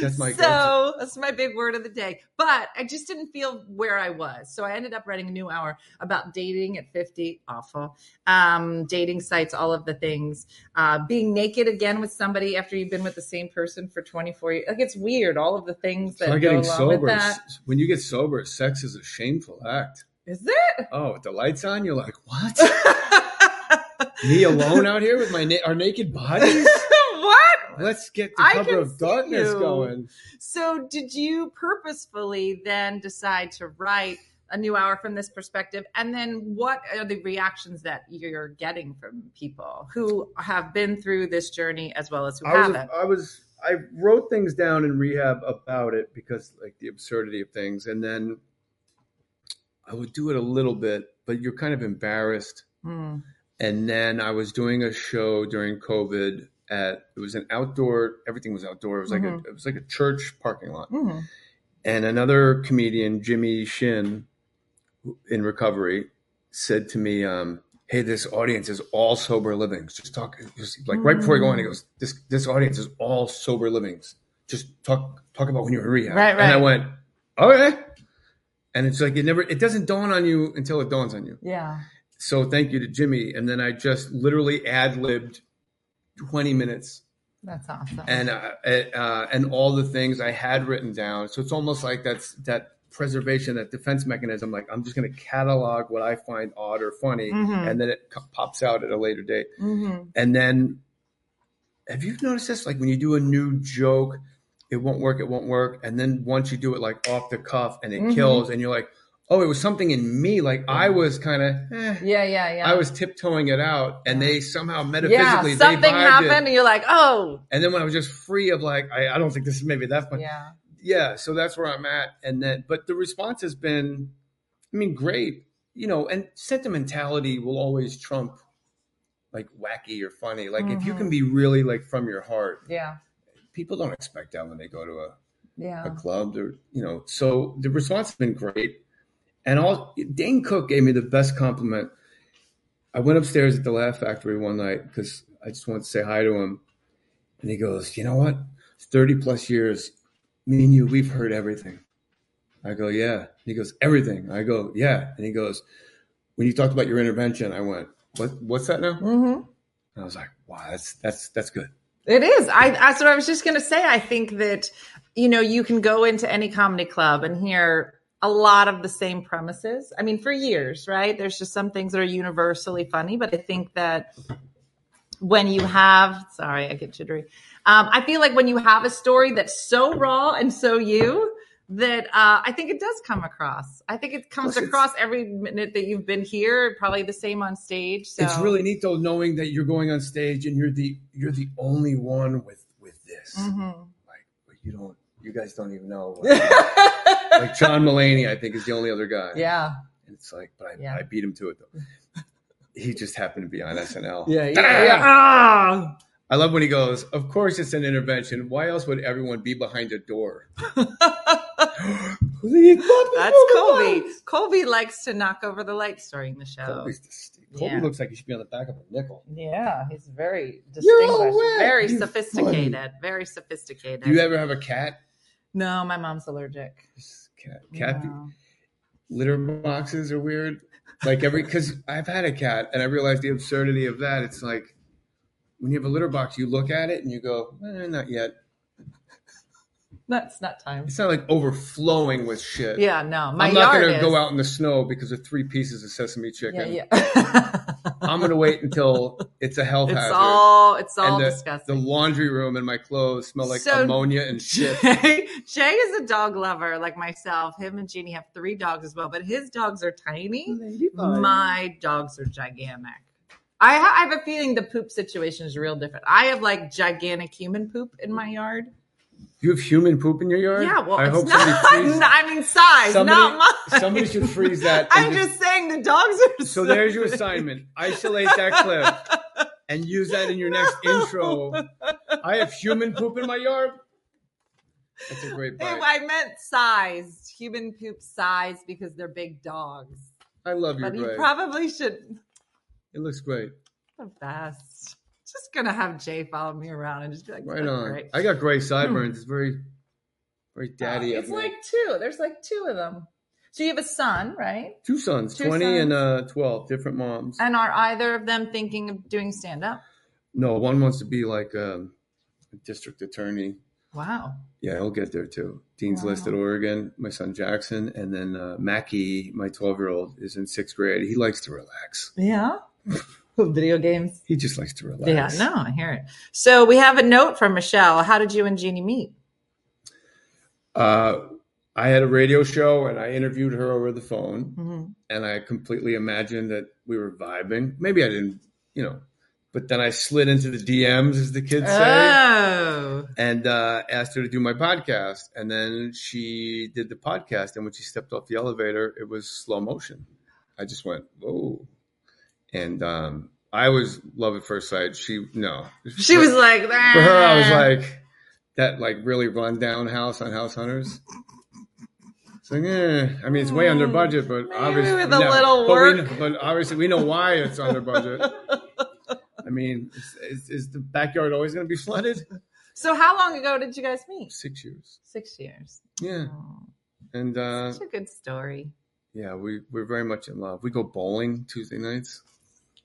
That's my so that's my big word of the day. But I just didn't feel where I was. So I ended up writing a new hour about dating at 50, awful, um, dating sites, all of the things, uh, being naked again with somebody after you've been with the same person for 24 years. Like it's weird, all of the things that Start go getting along sober. with that. S- When you get sober, sex is a shameful act. Is it? Oh, with the lights on, you're like, what? Me alone out here with my na- our naked bodies? what? Let's get the I cover can of see darkness you. going. So, did you purposefully then decide to write a new hour from this perspective? And then, what are the reactions that you're getting from people who have been through this journey as well as who I was, haven't? I was, I wrote things down in rehab about it because like the absurdity of things, and then I would do it a little bit, but you're kind of embarrassed. Mm. And then I was doing a show during COVID at it was an outdoor, everything was outdoor. It was like a, it was like a church parking lot. Mhm. And another comedian, Jimmy Shin, who- in recovery, said to me, um, "Hey, this audience is all sober livings. Just talk, just like right before you go on, he goes, this this audience is all sober livings. Just talk talk about when you were in rehab." Right, And I right. went, "Okay." And it's like it never, it doesn't dawn on you until it dawns on you. Yeah. So thank you to Jimmy, and then I just literally ad libbed twenty minutes That's awesome. and uh, uh, and all the things I had written down. So it's almost like that's that preservation, that defense mechanism. Like I'm just going to catalog what I find odd or funny, Mhm. and then it co- pops out at a later date. Mhm. And then, have you noticed this? Like when you do a new joke, it won't work, it won't work, and then once you do it like off the cuff, and it Mhm. kills, and you're like, oh, it was something in me. Like I was kind of. Yeah, yeah, yeah. I was tiptoeing it out, and they somehow yeah, metaphysically they something vibed happened, it. and you're like, oh, And then when I was just free of like, I, I don't think this is maybe that funny. Yeah. yeah. So that's where I'm at. And then, but the response has been, I mean, great, you know, and sentimentality will always trump like wacky or funny. Like if you can be really like from your heart, Yeah. people don't expect that when they go to a, a Yeah. club or, you know, so the response has been great. And all Dane Cook gave me the best compliment. I went upstairs at the Laugh Factory one night because I just wanted to say hi to him. And he goes, You know what? 30 plus years, me and you, we've heard everything. I go, Yeah. He goes, Everything. I go, Yeah. And he goes, When you talked about your intervention, I went, What what's that now? Mhm. And I was like, Wow, that's that's that's good. It is. I that's what I was just gonna say. I think that you know you can go into any comedy club and hear a lot of the same premises. I mean, for years, right? There's just some things that are universally funny, but I think that when you have sorry, I get jittery. Um, I feel like when you have a story that's so raw and so you that uh, I think it does come across. I think it comes Plus, it's- across every minute that you've been here, probably the same on stage. So It's really neat though, knowing that you're going on stage and you're the you're the only one with with this. Mhm. Like but you don't you guys don't even know. Like, like John Mulaney, I think, is the only other guy. yeah. And it's like, but I, Yeah. I beat him to it though. He just happened to be on SNL. Yeah, yeah, yeah. Ah! I love when he goes, Of course it's an intervention. Why else would everyone be behind a door? That's That's Colby. Colby likes to knock over the lights during the show. Colby's just, Colby Yeah. looks like he should be on the back of a nickel. Yeah, he's very You're all distinguished, wet. very You're sophisticated, very sophisticated. Do you ever have a cat? no, my mom's allergic. This Cat, cat No. litter boxes are weird. Like every, because I've had a cat and I realized the absurdity of that. It's like when you have a litter box, you look at it and you go, eh, not yet. That's not time. It's not like overflowing with shit. Yeah, no, my I'm not yard gonna is. go out in the snow because of three pieces of sesame Yeah, chicken. yeah. I'm gonna wait until it's a health it's hazard. all it's all and the, disgusting. the laundry room and my clothes smell like So- ammonia and shit. Jay, Jay is a dog lover like myself. Him and Jeannie have three dogs as well, but his dogs are tiny. My dogs are gigantic. I, ha- I have a feeling the poop situation is real different. I have like gigantic human poop in my yard. You have human poop in your yard? Yeah, well, I it's hope not. somebody frees. I mean, size, somebody, not mine. somebody should freeze that. and I'm just, saying the dogs are. so there's your big. assignment. Isolate that clip and use that in your next intro. I have human poop in my yard. That's a great bite. Ew, I meant size, human poop size, because they're big dogs. I love your But you brain. probably should. it looks great. The best. Just gonna have Jay follow me around and just be like, Right "That's on. great." Hmm. I got gray sideburns. It's very Right, daddy. It's like two. There's like two of them. So you have a son, right? two sons, two twenty and uh, twelve, different moms. And are either of them thinking of doing stand up? No, one wants to be like um, a district attorney. Wow. Yeah, he'll get there too. Dean's List at Oregon, my son Jackson, and then uh, Mackie, my 12 year old, is in sixth grade. He likes to relax. Yeah. Video games. He just likes to relax. Yeah, no, I hear it. So we have a note from Michelle. How did you and Jeannie meet? Uh, I had a radio show and I interviewed her over the phone, Mhm. and I completely imagined that we were vibing. Maybe I didn't, you know, but then I slid into the DMs, as the kids say. Oh. and uh, asked her to do my podcast. And then she did the podcast. And when she stepped off the elevator, it was slow motion. I just went, whoa. And um, I was love at first sight. She, no. She was like, For her, I Uh. was like, that like really rundown house on House Hunters. So yeah, I mean it's way under budget, but obviously Hmm. with a little But, we, but obviously we know why it's under budget. I mean, is, is, is the backyard always going to be flooded? So how long ago did you guys meet? Six years. Six years. Yeah. Oh, And uh, such a good story. yeah, we we're very much in love. We go bowling Tuesday nights.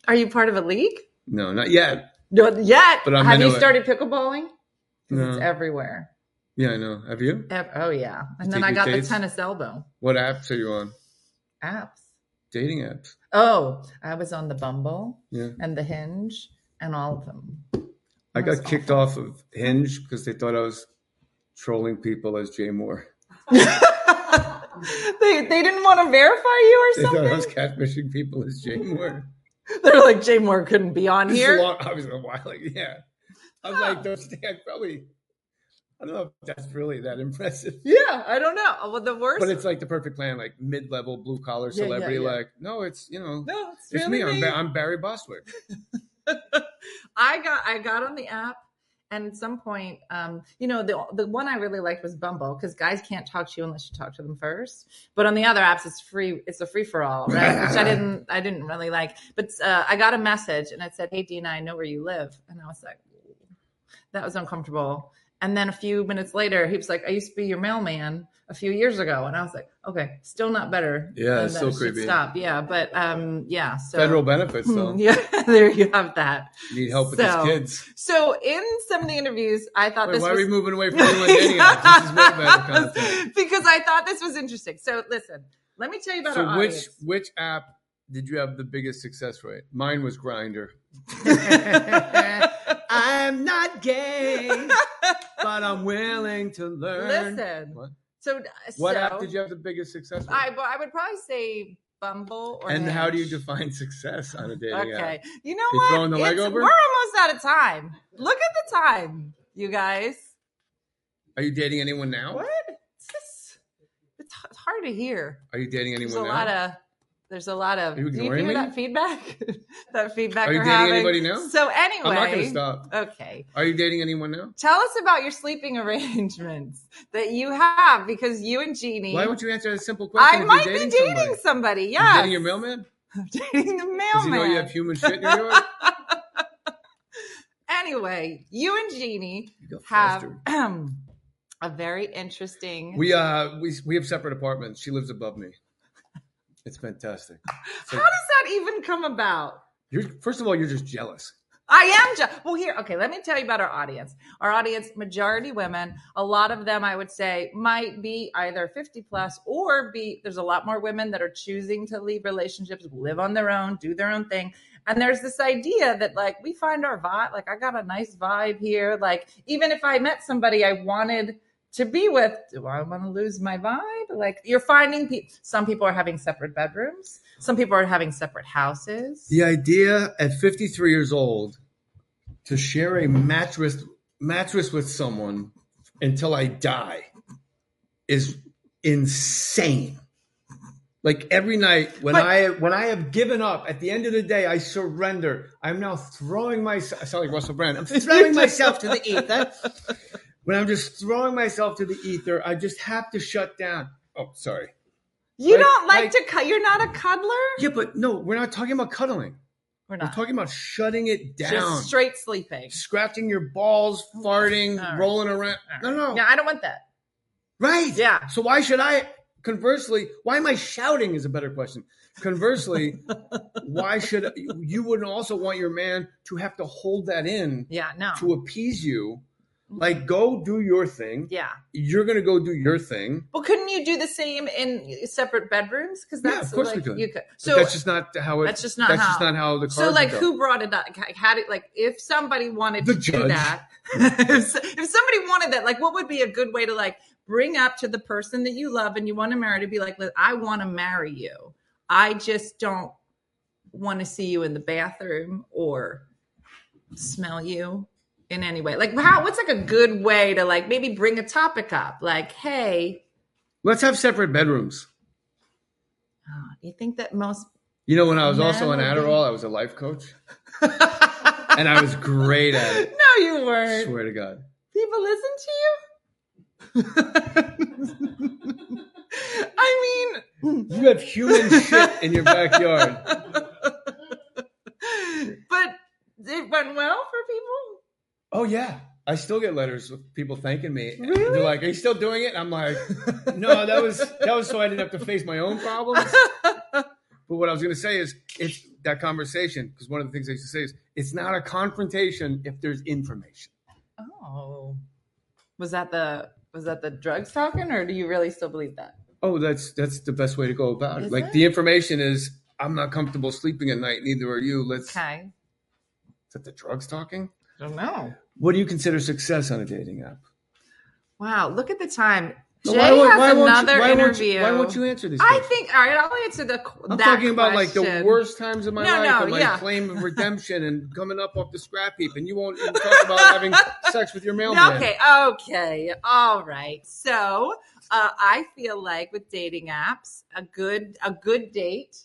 Are you part of a league? No, not yet. Not yet. But I'm have into you it. started pickleballing? 'Cause No. It's everywhere. Yeah, I know. Have you? Ev- oh yeah. And then take I your got dates? the tennis elbow What apps are you on? apps. Dating apps. Oh, I was on the Bumble Yeah, and the Hinge and all of them. I That's got kicked off of Hinge because they thought I was trolling people as Jay Moore. they they didn't want to verify you or They thought I something. was catfishing people as Jay Moore. They're like Jay Moore couldn't be on This is a here. long, I was a while. Like, yeah, I was like, don't think I probably. I don't know if that's really that impressive. Yeah, I don't know. Well, the worst. But it's like the perfect plan, like mid-level blue collar Yeah, yeah, celebrity. yeah. Like, no, it's you know, no, it's, it's really me. I'm, Ba- I'm Barry Bostwick. I got I got on the app and at some point um you know the the one I really liked was Bumble cuz guys can't talk to you unless you talk to them first but on the other apps it's free it's a free for all right which I didn't I didn't really like but uh, I got a message and it said hey Dina I know where you live and I was like that was uncomfortable and then a few minutes later he was like I used to be your mailman a few years ago and I was like okay still not better Yeah, than it's that. so It should creepy. stop yeah but um yeah so Federal benefits, though. yeah there you have that Need help with So- these kids. so in some of the interviews, I thought Wait, this why was are we moving away from you dating apps? This is way better content. because I thought this was interesting. So listen, let me tell you about So our which audience. which app did you have the biggest success rate? Mine was Grinder. I'm not gay, but I'm willing to learn. Listen. What, So uh, what so app did you have the biggest success rate? I but I would probably say Bumble or and how do you Hinge. define success on a dating Okay, app? you know You what? throwing the leg It's- over? We're almost out of time. Look at the time, you guys. Are you dating anyone now? What? It's just, it's h- it's hard to hear. Are you dating anyone There's a now? lot of there's a lot of Are you do you ignoring hear me? that feedback? that feedback Are you we're dating having? anybody now? So anyway, I'm not going to stop. Okay. Are you dating anyone now? Tell us about your sleeping arrangements that you have because you and Jeannie Why won't you answer a simple question? I if might you're be dating dating somebody. somebody? You Yeah. Dating your mailman? I'm dating the mailman. Does he know you have human shit in your yard? anyway, you and Jeannie You got have flustered. a very interesting We uh we we have separate apartments. She lives above me. It's fantastic. How does that even come about? You're first of all, you're just jealous. I am. Ju- well, here, okay, let me tell you about our audience. Our audience, majority women, a lot of them, I would say, might be either 50 plus or be, there's a lot more women that are choosing to leave relationships, live on their own, do their own thing. And there's this idea that, like, we find our vibe, like, I got a nice vibe here. Like, even if I met somebody I wanted, to be with, do I want to lose my vibe? Like you're finding people. Some people are having separate bedrooms. Some people are having separate houses. The idea at 53 years old to share a mattress mattress with someone until I die is insane. Like every night when But- I when I have given up, at the end of the day, I surrender. I'm now throwing myself. I sound like Russell Brand. I'm throwing myself to the ether. When I'm just throwing myself to the ether, I just have to shut down. Oh, sorry. You Like- don't like, like- to cut. You're not a cuddler. Yeah, but no, we're not talking about cuddling. We're We're not. talking about shutting it down. Just straight sleeping. scratching your balls, farting, All right. rolling around. All right. No, no. No, I don't want that. Right. Yeah. So why should I? Conversely, why am I shouting? Is a better question. Conversely, why should you wouldn't also want your man to have to hold that in Yeah, no. to appease you? Like, go do your thing. Yeah. You're gonna go do your thing. Well, couldn't you do the same in separate bedrooms? Because Yeah, that's of course we like could. you could. But So that's just not how it. that's just not That's how- just not how the cards so like go. who brought it up? Like, How did like if somebody wanted The to do judge. that? if, if somebody wanted that, like what would be a good way to like bring up to the person that you love and you want to marry to be like, "Look, I want to marry you. I just don't want to see you in the bathroom or smell you in any way. Like how what's like a good way to like maybe bring a topic up? Like, hey, Let's have separate bedrooms. uh, you think that most You know, when I was also on No. Adderall, I was a life coach, and I was great at it. No, you weren't. Swear to God. People listen to you? I mean, You have human shit in your backyard. but it went well for people. Oh yeah. I still get letters with people thanking me. Really? They're like, "Are you still doing it?" I'm like, "No, that was that was so I didn't have to face my own problems." but what I was going to say is, it's that conversation because one of the things I used to say is, it's not a confrontation if there's information. Oh, was that the was that the drugs talking, or do you really still believe that? Oh, that's that's the best way to go about it. Is like it? the information is, I'm not comfortable sleeping at night. Neither are you. Let's. Okay, Is that the drugs talking? I don't know. What do you consider success on a dating app? Wow, look at the time. Jay No, why won't- has why won't you- another why won't you- interview. why won't you answer this? I question? think. All right, I'll answer the. I'm that talking about like the question. worst times of my No, life no, and my yeah. claim of redemption and coming up off the scrap heap, and you won't even talk about having sex with your mailman. Okay, okay, all right. So uh, I feel like with dating apps, a good a good date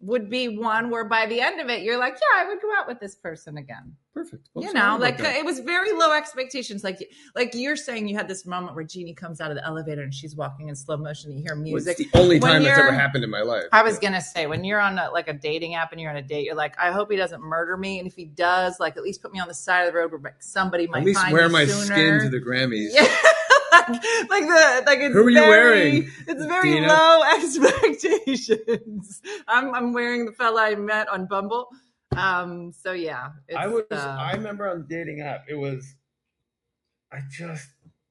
would be one where by the end of it, you're like, yeah, I would go out with this person again. Perfect. you What's know, wrong like uh, about that? it was very low expectations. Like like you're saying, you had this moment where Jeannie comes out of the elevator and she's walking in slow motion. You hear Well, music. It's the only When time that's you're- ever happened in my life. I was gonna say when you're on a, like a dating app and you're on a date, you're like, I hope he doesn't murder me, and if he does, like at least put me on the side of the road where like, somebody might At least find wear me my sooner. skin to the Grammys. Yeah, like, like the like it's Who are you very, wearing, It's very Dina? low expectations. I'm I'm wearing the fella I met on Bumble. Um. So yeah, it's, I was. uh, I remember on the dating app, it was. I just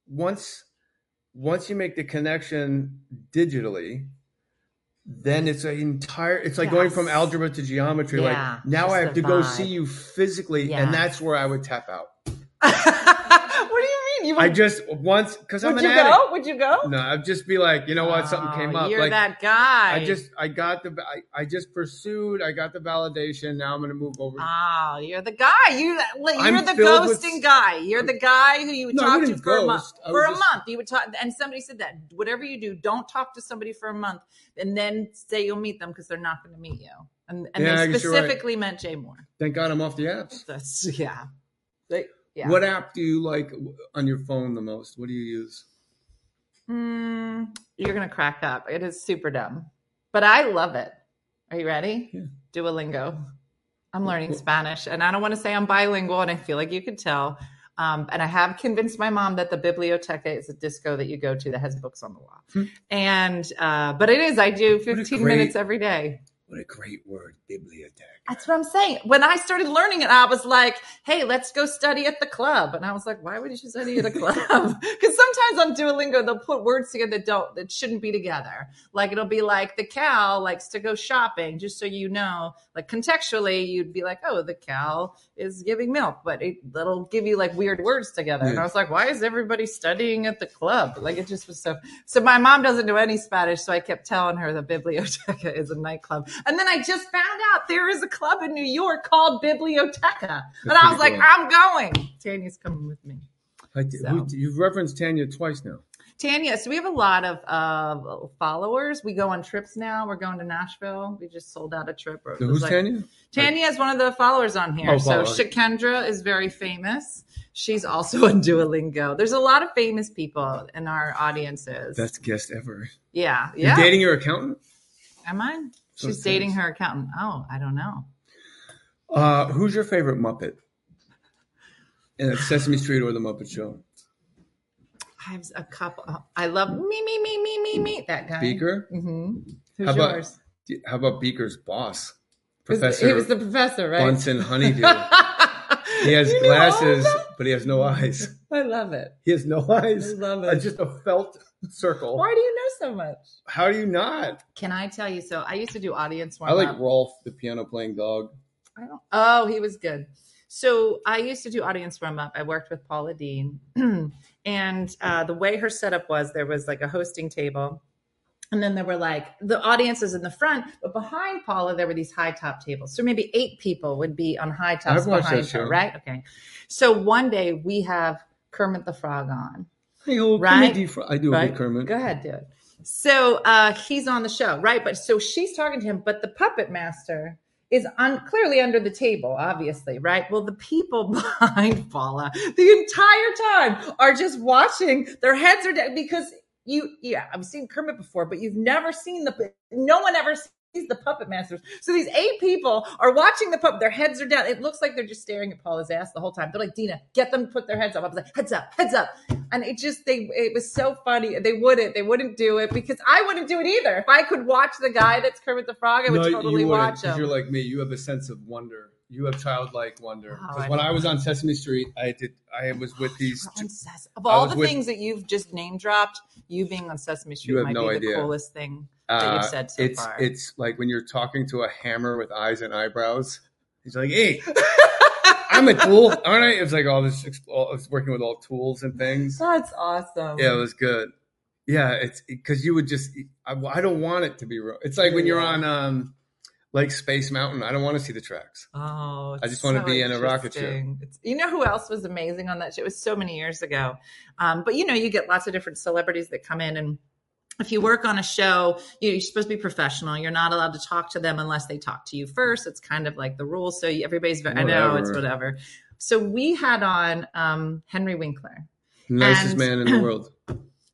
once, once you make the connection digitally, then it's an entire. It's like going from Yes. algebra to geometry. Yeah, like now just I have the to go vibe. see you physically, Yeah. and that's where I would tap out. what do you mean? You I would, just once because I'm would an you addict. go? Would you go? No, I'd just be like, you know what? Something came Oh, up. You're like that guy. I just, I got the, I, I just pursued. I got the validation. Now I'm going to move over. Oh, you're the guy. You you're I'm the filled with- ghosting guy. You're the guy who you would No, I talk to wouldn't for a month. ghost. I For a was just- month, you would talk. And somebody said that whatever you do, don't talk to somebody for a month, and then say you'll meet them because they're not going to meet you. And, and Yeah, I they guess you're right. specifically meant Jay Moore. Thank God I'm off the apps. That's yeah. They- yeah. What app do you like on your phone the most? What do you use? Mm, you're gonna crack up. It is super dumb, but I love it. Are you ready? Yeah. Duolingo. I'm learning Well- Spanish, and I don't want to say I'm bilingual, and I feel like you could tell. Um, and I have convinced my mom that the biblioteca is a disco that you go to that has books on the wall. Hmm. And uh, but it is. I do 15 great- minutes every day. What a great word, bibliotheca. That's what I'm saying. When I started learning it, I was like, hey, let's go study at the club. And I was like, why would you study at a club? Because sometimes on Duolingo, they'll put words together that don't, that shouldn't be together. Like it'll be like the cow likes to go shopping, just so you know, like contextually, you'd be like, oh, the cow is giving milk, but it, that'll give you like weird words together. And I Yeah. was like, why is everybody studying at the club? Like it just was so so my mom doesn't know any Spanish, so I kept telling her that Biblioteca is a nightclub. And then I just found out there is a club in New York called Biblioteca. and I pretty was like, cool. I'm going. Tanya's coming with me. Like, So. who- You've referenced Tanya twice now. Tanya, so we have a lot of uh, followers. We go on trips now. We're going to Nashville. We just sold out a trip. It So was who's like- Tanya? Tanya is one of the followers on here. Oh, so follower. Shakendra is very famous. She's also on Duolingo. There's a lot of famous people in our audiences. Best guest ever. yeah. You're Yeah. dating your accountant? Am I? So She's it dating says. her accountant. Oh, I don't know. Uh, who's your favorite Muppet? And it's Sesame Street or The Muppet Show. Hives a couple. I love me, me, me, me, me, me. That guy. Beaker? Mm-hmm. Who's How about- yours? How about Beaker's boss, Who's- Professor He was the professor, right? Bunsen Honeydew? he has You know all of glasses, that? but he has no eyes. I love it. He has no eyes. love Uh, just a felt circle. Why do you know so much? How do you not? Can I tell you? So I used to do audience warm I like up. Rolf, the piano playing dog. I don't. Oh, he was good. So I used to do audience warm up. I worked with Paula Dean, and uh, the way her setup was, there was like a hosting table, and then there were like the audiences in the front, but behind Paula there were these high top tables. So maybe eight people would be on high tops I've watched behind that her, show. right? Okay. So one day we have Kermit the Frog on. Hey, oh, old Right? Kermit. Defro- I do a good Kermit. Go ahead, do it. So uh, he's on the show, right? But so she's talking to him, but the puppet master is un- clearly under the table, obviously, right? Well, the people behind Paula the entire time are just watching. Their heads are down because you, yeah, I've seen Kermit before, but you've never seen the. No one ever sees the puppet masters. So these eight people are watching the puppet. Their heads are down. It looks like they're just staring at Paula's ass the whole time. They're like, Dina, get them to put their heads up. I was like, heads up, heads up. And it just they it was so funny. They wouldn't, they wouldn't do it because I wouldn't do it either. If I could watch the guy that's Kermit the Frog, I would totally you wouldn't, watch 'cause him. You're like me. You have a sense of wonder. You have childlike wonder. Wow, 'Cause Oh, I when don't I was on Sesame Street, I did. I was with these. You're on Ses- Of I all was the with- things that you've just name dropped, you being on Sesame Street You have might no be idea. the coolest thing that uh, you've said so it's far. it's like when you're talking to a hammer with eyes and eyebrows. He's like, "Hey, I'm a tool, aren't I?" It was like all this. exp- all- I was working with all tools and things. that's awesome. Yeah, it was good. Yeah, it's because you would just. I, I don't want it to be real. It's like when you're on um, like Space Mountain. I don't want to see the tracks. Oh, I it's just wanna so be in a rocket ship. interesting. It's- you know who else was amazing on that show? It was so many years ago. Um, but you know, you get lots of different celebrities that come in and if you work on a show, you- you're supposed to be professional. You're not allowed to talk to them unless they talk to you first. It's kind of like the rule. So you- everybody's, I know it's Whatever. whatever. So we had on um, Henry Winkler. Nicest And- man in the world.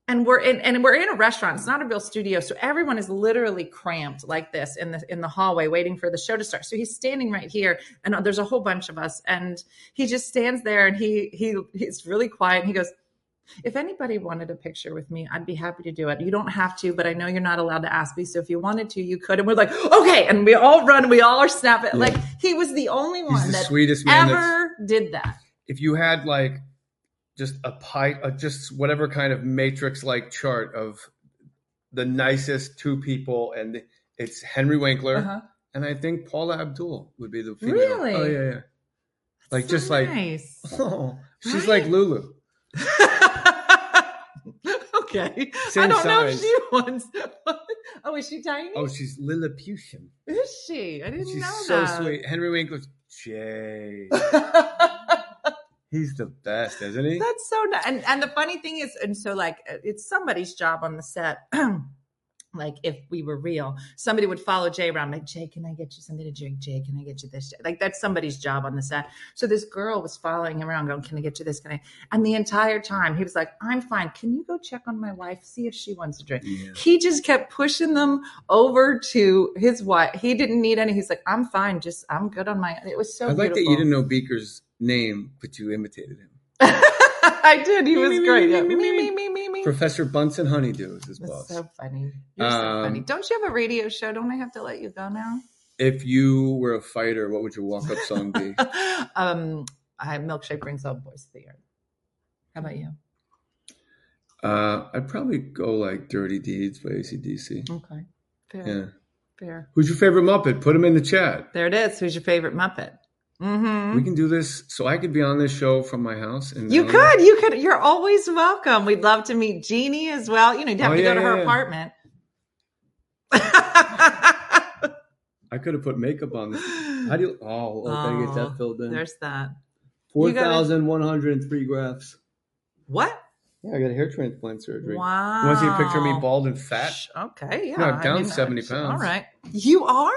and we're in and we're in a restaurant it's not a real studio so everyone is literally cramped like this in the in the hallway waiting for the show to start so he's standing right here and there's a whole bunch of us and he just stands there and he he he's really quiet and he goes if anybody wanted a picture with me, I'd be happy to do it. You don't have to, but I know you're not allowed to ask me. So if you wanted to, you could. And we're like, okay. And we all run, we all are snapping. Yeah. Like he was the only He's one the that sweetest man. that's- ever did that. if you had like just a pie, uh, just whatever kind of matrix like chart of the nicest two people, and it's Henry Winkler, Uh-huh. and I think Paula Abdul would be the female. Really? Oh yeah, yeah. Like So just nice. like oh, she's Right? like Lulu. okay. I Same don't know if size. she wants. oh, is she tiny? Oh, she's Lilliputian. Is she? I didn't She's know so that. sweet. Henry Winkler's Jay. That's He's the best, isn't he? so nice. And and the funny thing is, and so like it's somebody's job on the set. Like if we were real, somebody would follow Jay around. Like Jay, can I get you something to drink? Jay, can I get you this? Like that's somebody's job on the set. So this girl was following him around, going, "Can I get you this? Can I?" And the entire time he was like, "I'm fine. Can you go check on my wife? See if she wants a drink." Yeah. he just kept pushing them over to his wife. He didn't need any. He's like, I'm fine. Just I'm good on my. It was so. I like that beautiful. you didn't know Beaker's name, but you imitated him. I did. He Me, was me, me, great. me, Yeah. me, Me me, me me me me. Professor Bunsen Honeydew is his boss. That's so funny. You're so Um, funny. Don't you have a radio show? Don't I have to let you go now? If you were a fighter, what would your walk-up song be? um, I milkshake brings all boys to the yard. How about you? uh, I'd probably go like "Dirty Deeds" by ACDC. Okay, fair, Yeah. fair. Who's your favorite Muppet? Put them in the chat. There it is. Who's your favorite Muppet? Mm-hmm. We can do this, so I could be on this show from my house. And You could, you could. You're always welcome. We'd love to meet Jeannie as well. You know, you'd have Oh, to yeah, go to yeah, her yeah. apartment. I could have put makeup on this. How do you? Oh, okay, gotta get that filled in. There's that. Four you gotta- thousand one hundred and three grafts. What? Yeah, I got a hair transplant surgery. Wow. You want to see a picture of me bald and fat? Sh- Okay, yeah. No, I'm I down mean, 70 that's- All pounds. right. You are?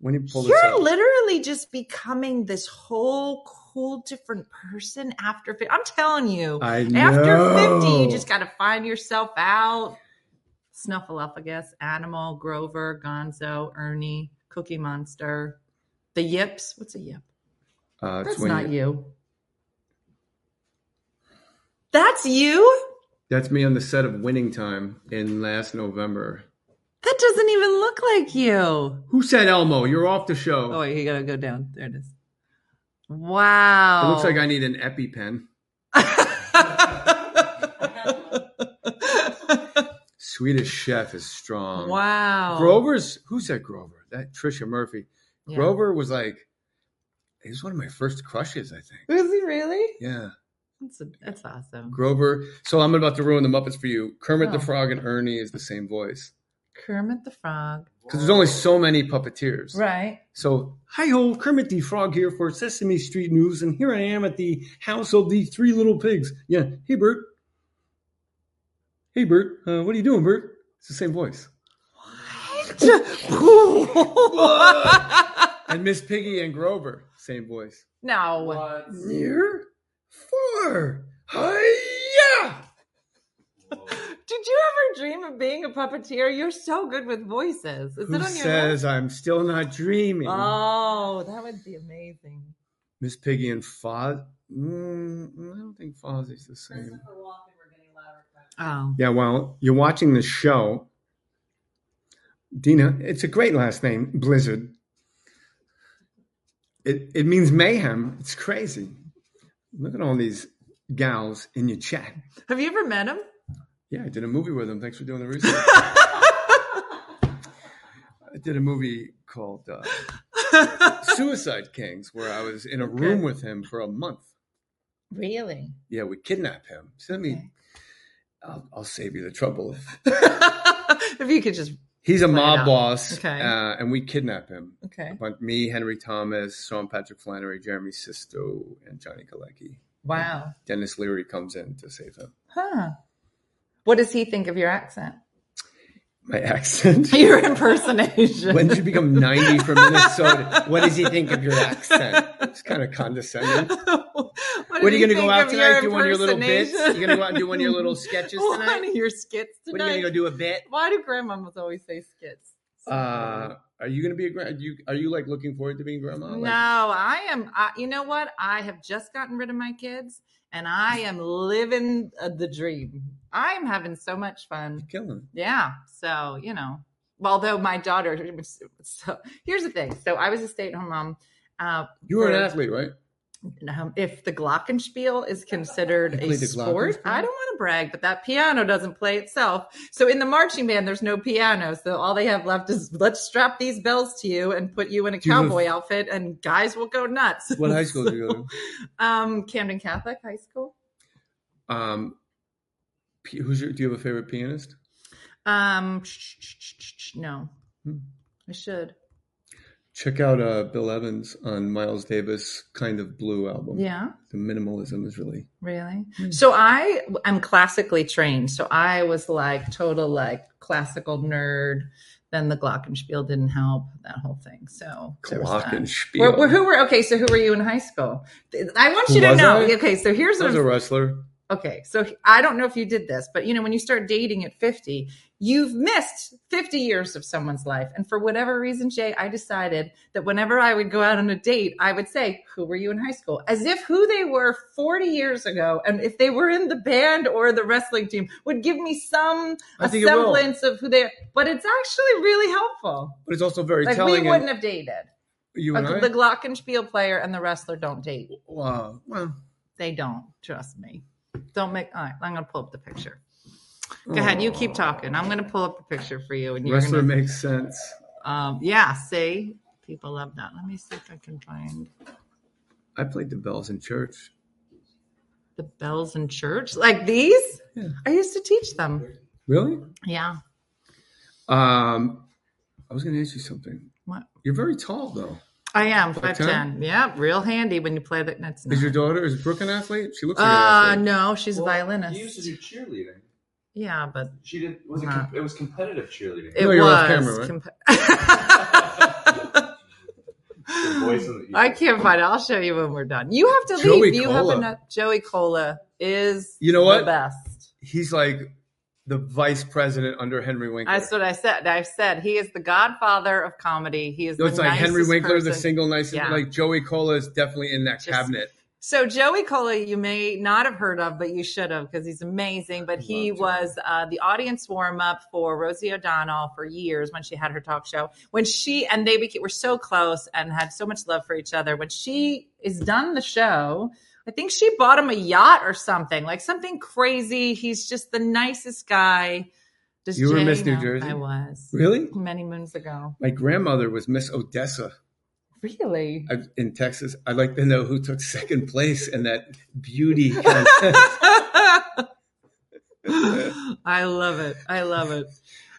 When you pull this You're out, literally just becoming this whole cool different person after 50. I'm telling you. I After 50, you know. just got to find yourself out. Snuffleupagus, Animal, Grover, Gonzo, Ernie, Cookie Monster, the Yips. What's a Yip? Uh, it's That's when not you. That's you? That's me on the set of Winning Time in last November. That doesn't even look like you. Who said Elmo? You're off the show. Oh, wait, you gotta go down. There it is. Wow. It looks like I need an EpiPen. Swedish Chef is strong. Wow. Grover's who said Grover? That Trisha Murphy. Yeah. Grover was like he was one of my first crushes, I think. Is he really? Yeah. That's, a, that's awesome. Grover. So I'm about to ruin the Muppets for you. Kermit Oh. the Frog and Ernie is the same voice. Kermit the Frog. Because there's only so many puppeteers. Right. So, hi ho, Kermit the Frog here for Sesame Street News, and here I am at the house of the three little pigs. Yeah. Hey, Bert. Hey, Bert. Uh, what are you doing, Bert? It's the same voice. And Miss Piggy and Grover, same voice. no. What? Near four. Hiya! Did you ever dream of being a puppeteer? You're so good with voices. Is it Who on your list? says I'm still not dreaming? Oh, that would be amazing. Miss Piggy and Foz. Mm, I don't think Fozzie's the same. Oh. Yeah, well, you're watching the show. Dina, it's a great last name, Blizzard. It, it means mayhem. It's crazy. Look at all these gals in your chat. Have you ever met him? Yeah, I did a movie with them. Thanks for doing the research. I did a movie called uh, Suicide Kings, where I was in a room with him for a month. Really? Yeah, we kidnap him. Send me. Okay. I'll, I'll save you the trouble. if you could just He's a Play it mob out. boss, Okay. uh, and we kidnap him. okay. But me, Henry Thomas, Sean Patrick Flannery, Jeremy Sisto, and Johnny Galecki. Wow. Dennis Leary comes in to save him. Huh. What does he think of your accent? My accent. Your impersonation. When did you become 90 from Minnesota? What does he think of your accent? It's kind of condescending. what What are you going going to to go out tonight? Do one of your little bits? You're going to go out and do one of your little sketches One tonight? of your skits What are you tonight. going to go do a bit? Why do grandmamas always say skits? Uh, are you going to be a grand? You are you like looking forward to being grandma? Oh, Like, No, I am. I, you know what? I have just gotten rid of my kids, and I am living uh, the dream. I am having so much fun. you're killing. it. Yeah. So you know, although my daughter. So here's the thing. So I was a stay-at-home mom. Uh, You were an for- athlete, right? um, if the glockenspiel is considered You a played the sport glockenspiel? i don't want to brag but that piano doesn't play itself so in the marching band there's no piano so all they have left is let's strap these bells to you and put you in a Do you have- cowboy outfit and guys will go nuts What high school did you go to? um camden catholic high school Um, p- who's your? Do you have a favorite pianist? um sh- sh- sh- sh- sh- no Hmm. i should Check out uh, Bill Evans on Miles Davis' "Kind of Blue" album. yeah the minimalism is really Really? So I am classically trained. So I was like total like classical nerd. Then the Glockenspiel didn't help that whole thing. So there was that. Glockenspiel. Where- where- who were okay? So who were you in high school? I want you Who to was know. I? Okay, so here's I what was I'm a wrestler. okay so i don't know if you did this but you know when you start dating at 50 you've missed 50 years of someone's life and for whatever reason jay i decided that whenever i would go out on a date i would say who were you in high school as if who they were 40 years ago and if they were in the band or the wrestling team would give me some I a think it will. semblance of who they are but it's actually really helpful But it's also very like we telling. wouldn't and- have dated you and I. Uh, the glockenspiel player and the wrestler don't date wow. Well, they don't trust me don't make all right i'm gonna pull up the picture go ahead you keep talking i'm gonna pull up a picture for you and you're wrestler gonna makes sense. um yeah see people love that let me see if i can find I played the bells in church. the bells in church like these Yeah. i used to teach them Really? yeah Um, I was going to ask you something. what You're very tall, though. i am 5'10"? 510 yeah real handy when you play that that's Is not. your daughter is Brooke an athlete? She looks like an uh athlete. no she's a Well, violinist You used to do cheerleading. yeah but She did. Was it, Nah. com- it was competitive cheerleading. it No, was you're off camera, right? compa- The voice in the- I can't find it. I'll show you when we're done. You have to Joey leave. You have Cola. enough. Joey Cola is You know what? the best. He's like the vice president under Henry Winkler. That's what I said. I've said he is the godfather of comedy. He is. No, it's the like Henry nicest Winkler, the person. single nicest. Yeah. Like Joey Cola is definitely in that Just- cabinet. So Joey Cola, you may not have heard of, but you should have because he's amazing. But he was uh, the audience warm up for Rosie O'Donnell for years when she had her talk show. When she and they became, were so close and had so much love for each other. When she is done the show, I think she bought him a yacht or something, like something crazy. He's just the nicest guy. Does You were Jay Miss New know? Jersey? I was Really? many moons ago. My grandmother was Miss Odessa Really? I- in Texas. I'd like to know who took second place in that beauty contest. I love it. I love it.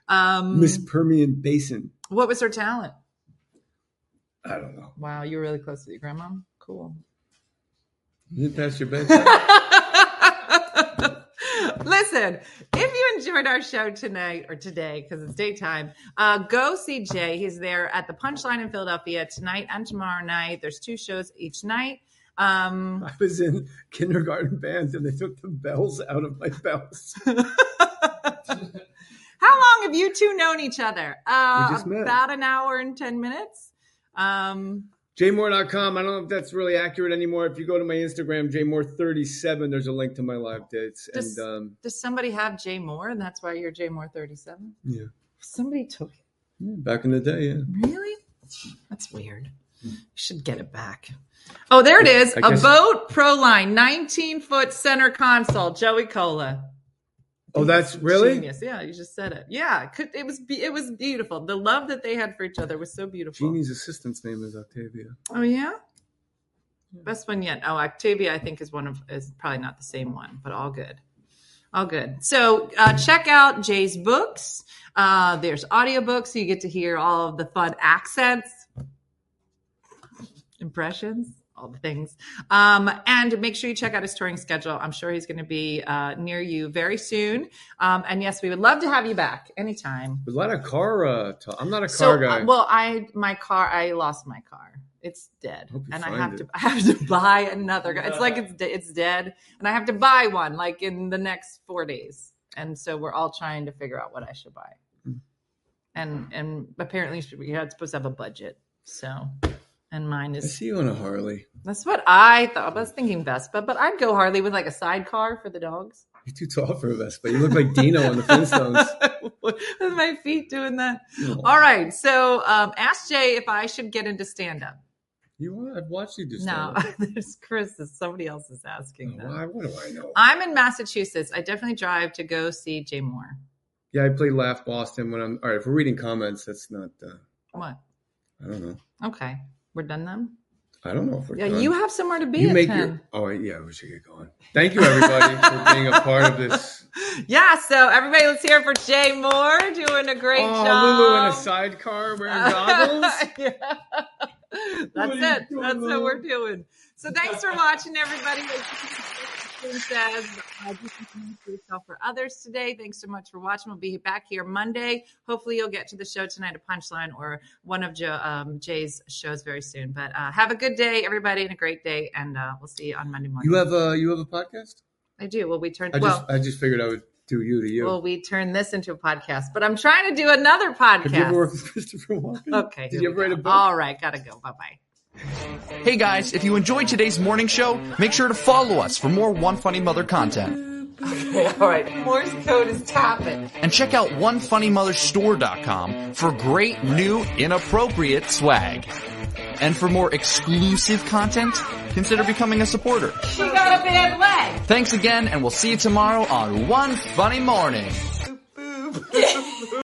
Um, Miss Permian Basin. what was her talent? I don't know. Wow, you were really close to your grandma. Cool. You didn't pass your bedtime. Listen, if you enjoyed our show tonight or today, because it's daytime, uh, go see Jay. He's there at the Punchline in Philadelphia tonight and tomorrow night. There's two shows each night. Um, I was in kindergarten band and they took the bells out of my bells. how long have you two known each other? Uh, We just met. About an hour and 10 minutes. Um, jmore.com. I don't know if that's really accurate anymore. If you go to my Instagram, jmore37, there's a link to my live dates. Just- and um, does somebody have Jay Moore and that's why you're Jay Moore 37? yeah, Somebody took it. back in the day, yeah. Really? That's weird. You should get it back. Oh, there it is. I A guess- boat pro line, 19 foot center console, Joey Cola. Oh, that's really? Genius. Yeah, you just said it. Yeah, it could, it was be- it was beautiful. The love that they had for each other was so beautiful. Jeannie's assistant's name is Octavia. Oh yeah. Best one yet. Oh, Octavia, I think is one of is probably not the same one, but all good. All good. So uh, check out Jay's books. Uh, there's audiobooks. So you get to hear all of the fun accents, impressions, all the things. Um, and make sure you check out his touring schedule. I'm sure he's going to be uh, near you very soon. Um, and yes, we would love to have you back anytime. There's a lot of car uh, talk. I'm not a car So, guy. uh, well, I my car, I lost my car. It's dead, Hope you and I find have it. to I have to buy another. car. It's like it's de- it's dead, and I have to buy one like in the next four days. And so we're all trying to figure out what I should buy. Hmm. And and apparently you're not supposed to have a budget. So, and mine I is see you on a Harley. that's what I thought. I was thinking Vespa, but I'd go Harley with like a sidecar for the dogs. You're too tall for a Vespa. You look like Dino on the Flintstones. with my feet doing that. No. All right. So um, ask Jay if I should get into stand up. You, I've watched you do No, stand-up. Oh, there's Chris. is- Somebody else is asking that. Why? Oh, What do I know? I'm in Massachusetts. I definitely drive to go see Jay Moore. Yeah, I play Laugh Boston when I'm. All right, if we're reading comments, that's not. Uh, What? I don't know. Okay. We're done then? I don't know if we're. Yeah, done. you have somewhere to be You at make 10. your. Oh yeah, we should get going. Thank you everybody for being a part of this. Yeah, so everybody, let's hear it for Jay Moore doing a great oh, job. Lulu in a sidecar wearing goggles. Yeah. That's are you it. doing, That's what Lou? we're doing. So thanks for watching, everybody. It says, uh, do something for yourself or others today. Thanks so much for watching. We'll be back here Monday. Hopefully, you'll get to the show tonight at Punchline or one of Joe, um, Jay's shows very soon. But uh, have a good day, everybody, and a great day. And uh, we'll see you on Monday morning. You have a you have a podcast? I do. Well, we turn. I just Well, I just figured I would do you to you. well, we turn this into a podcast. But I'm trying to do another podcast. Have you ever worked with Christopher Walken? okay. Did here you we ever write a go. book? All right. Gotta go. Bye bye. Hey guys, if you enjoyed today's morning show, make sure to follow us for more One Funny Mother content. All right. Morse code is tapping. And check out OneFunnyMotherStore.com for great new inappropriate swag. And for more exclusive content, consider becoming a supporter. She got a bad leg. Thanks again and we'll see you tomorrow on One Funny Morning. Yeah.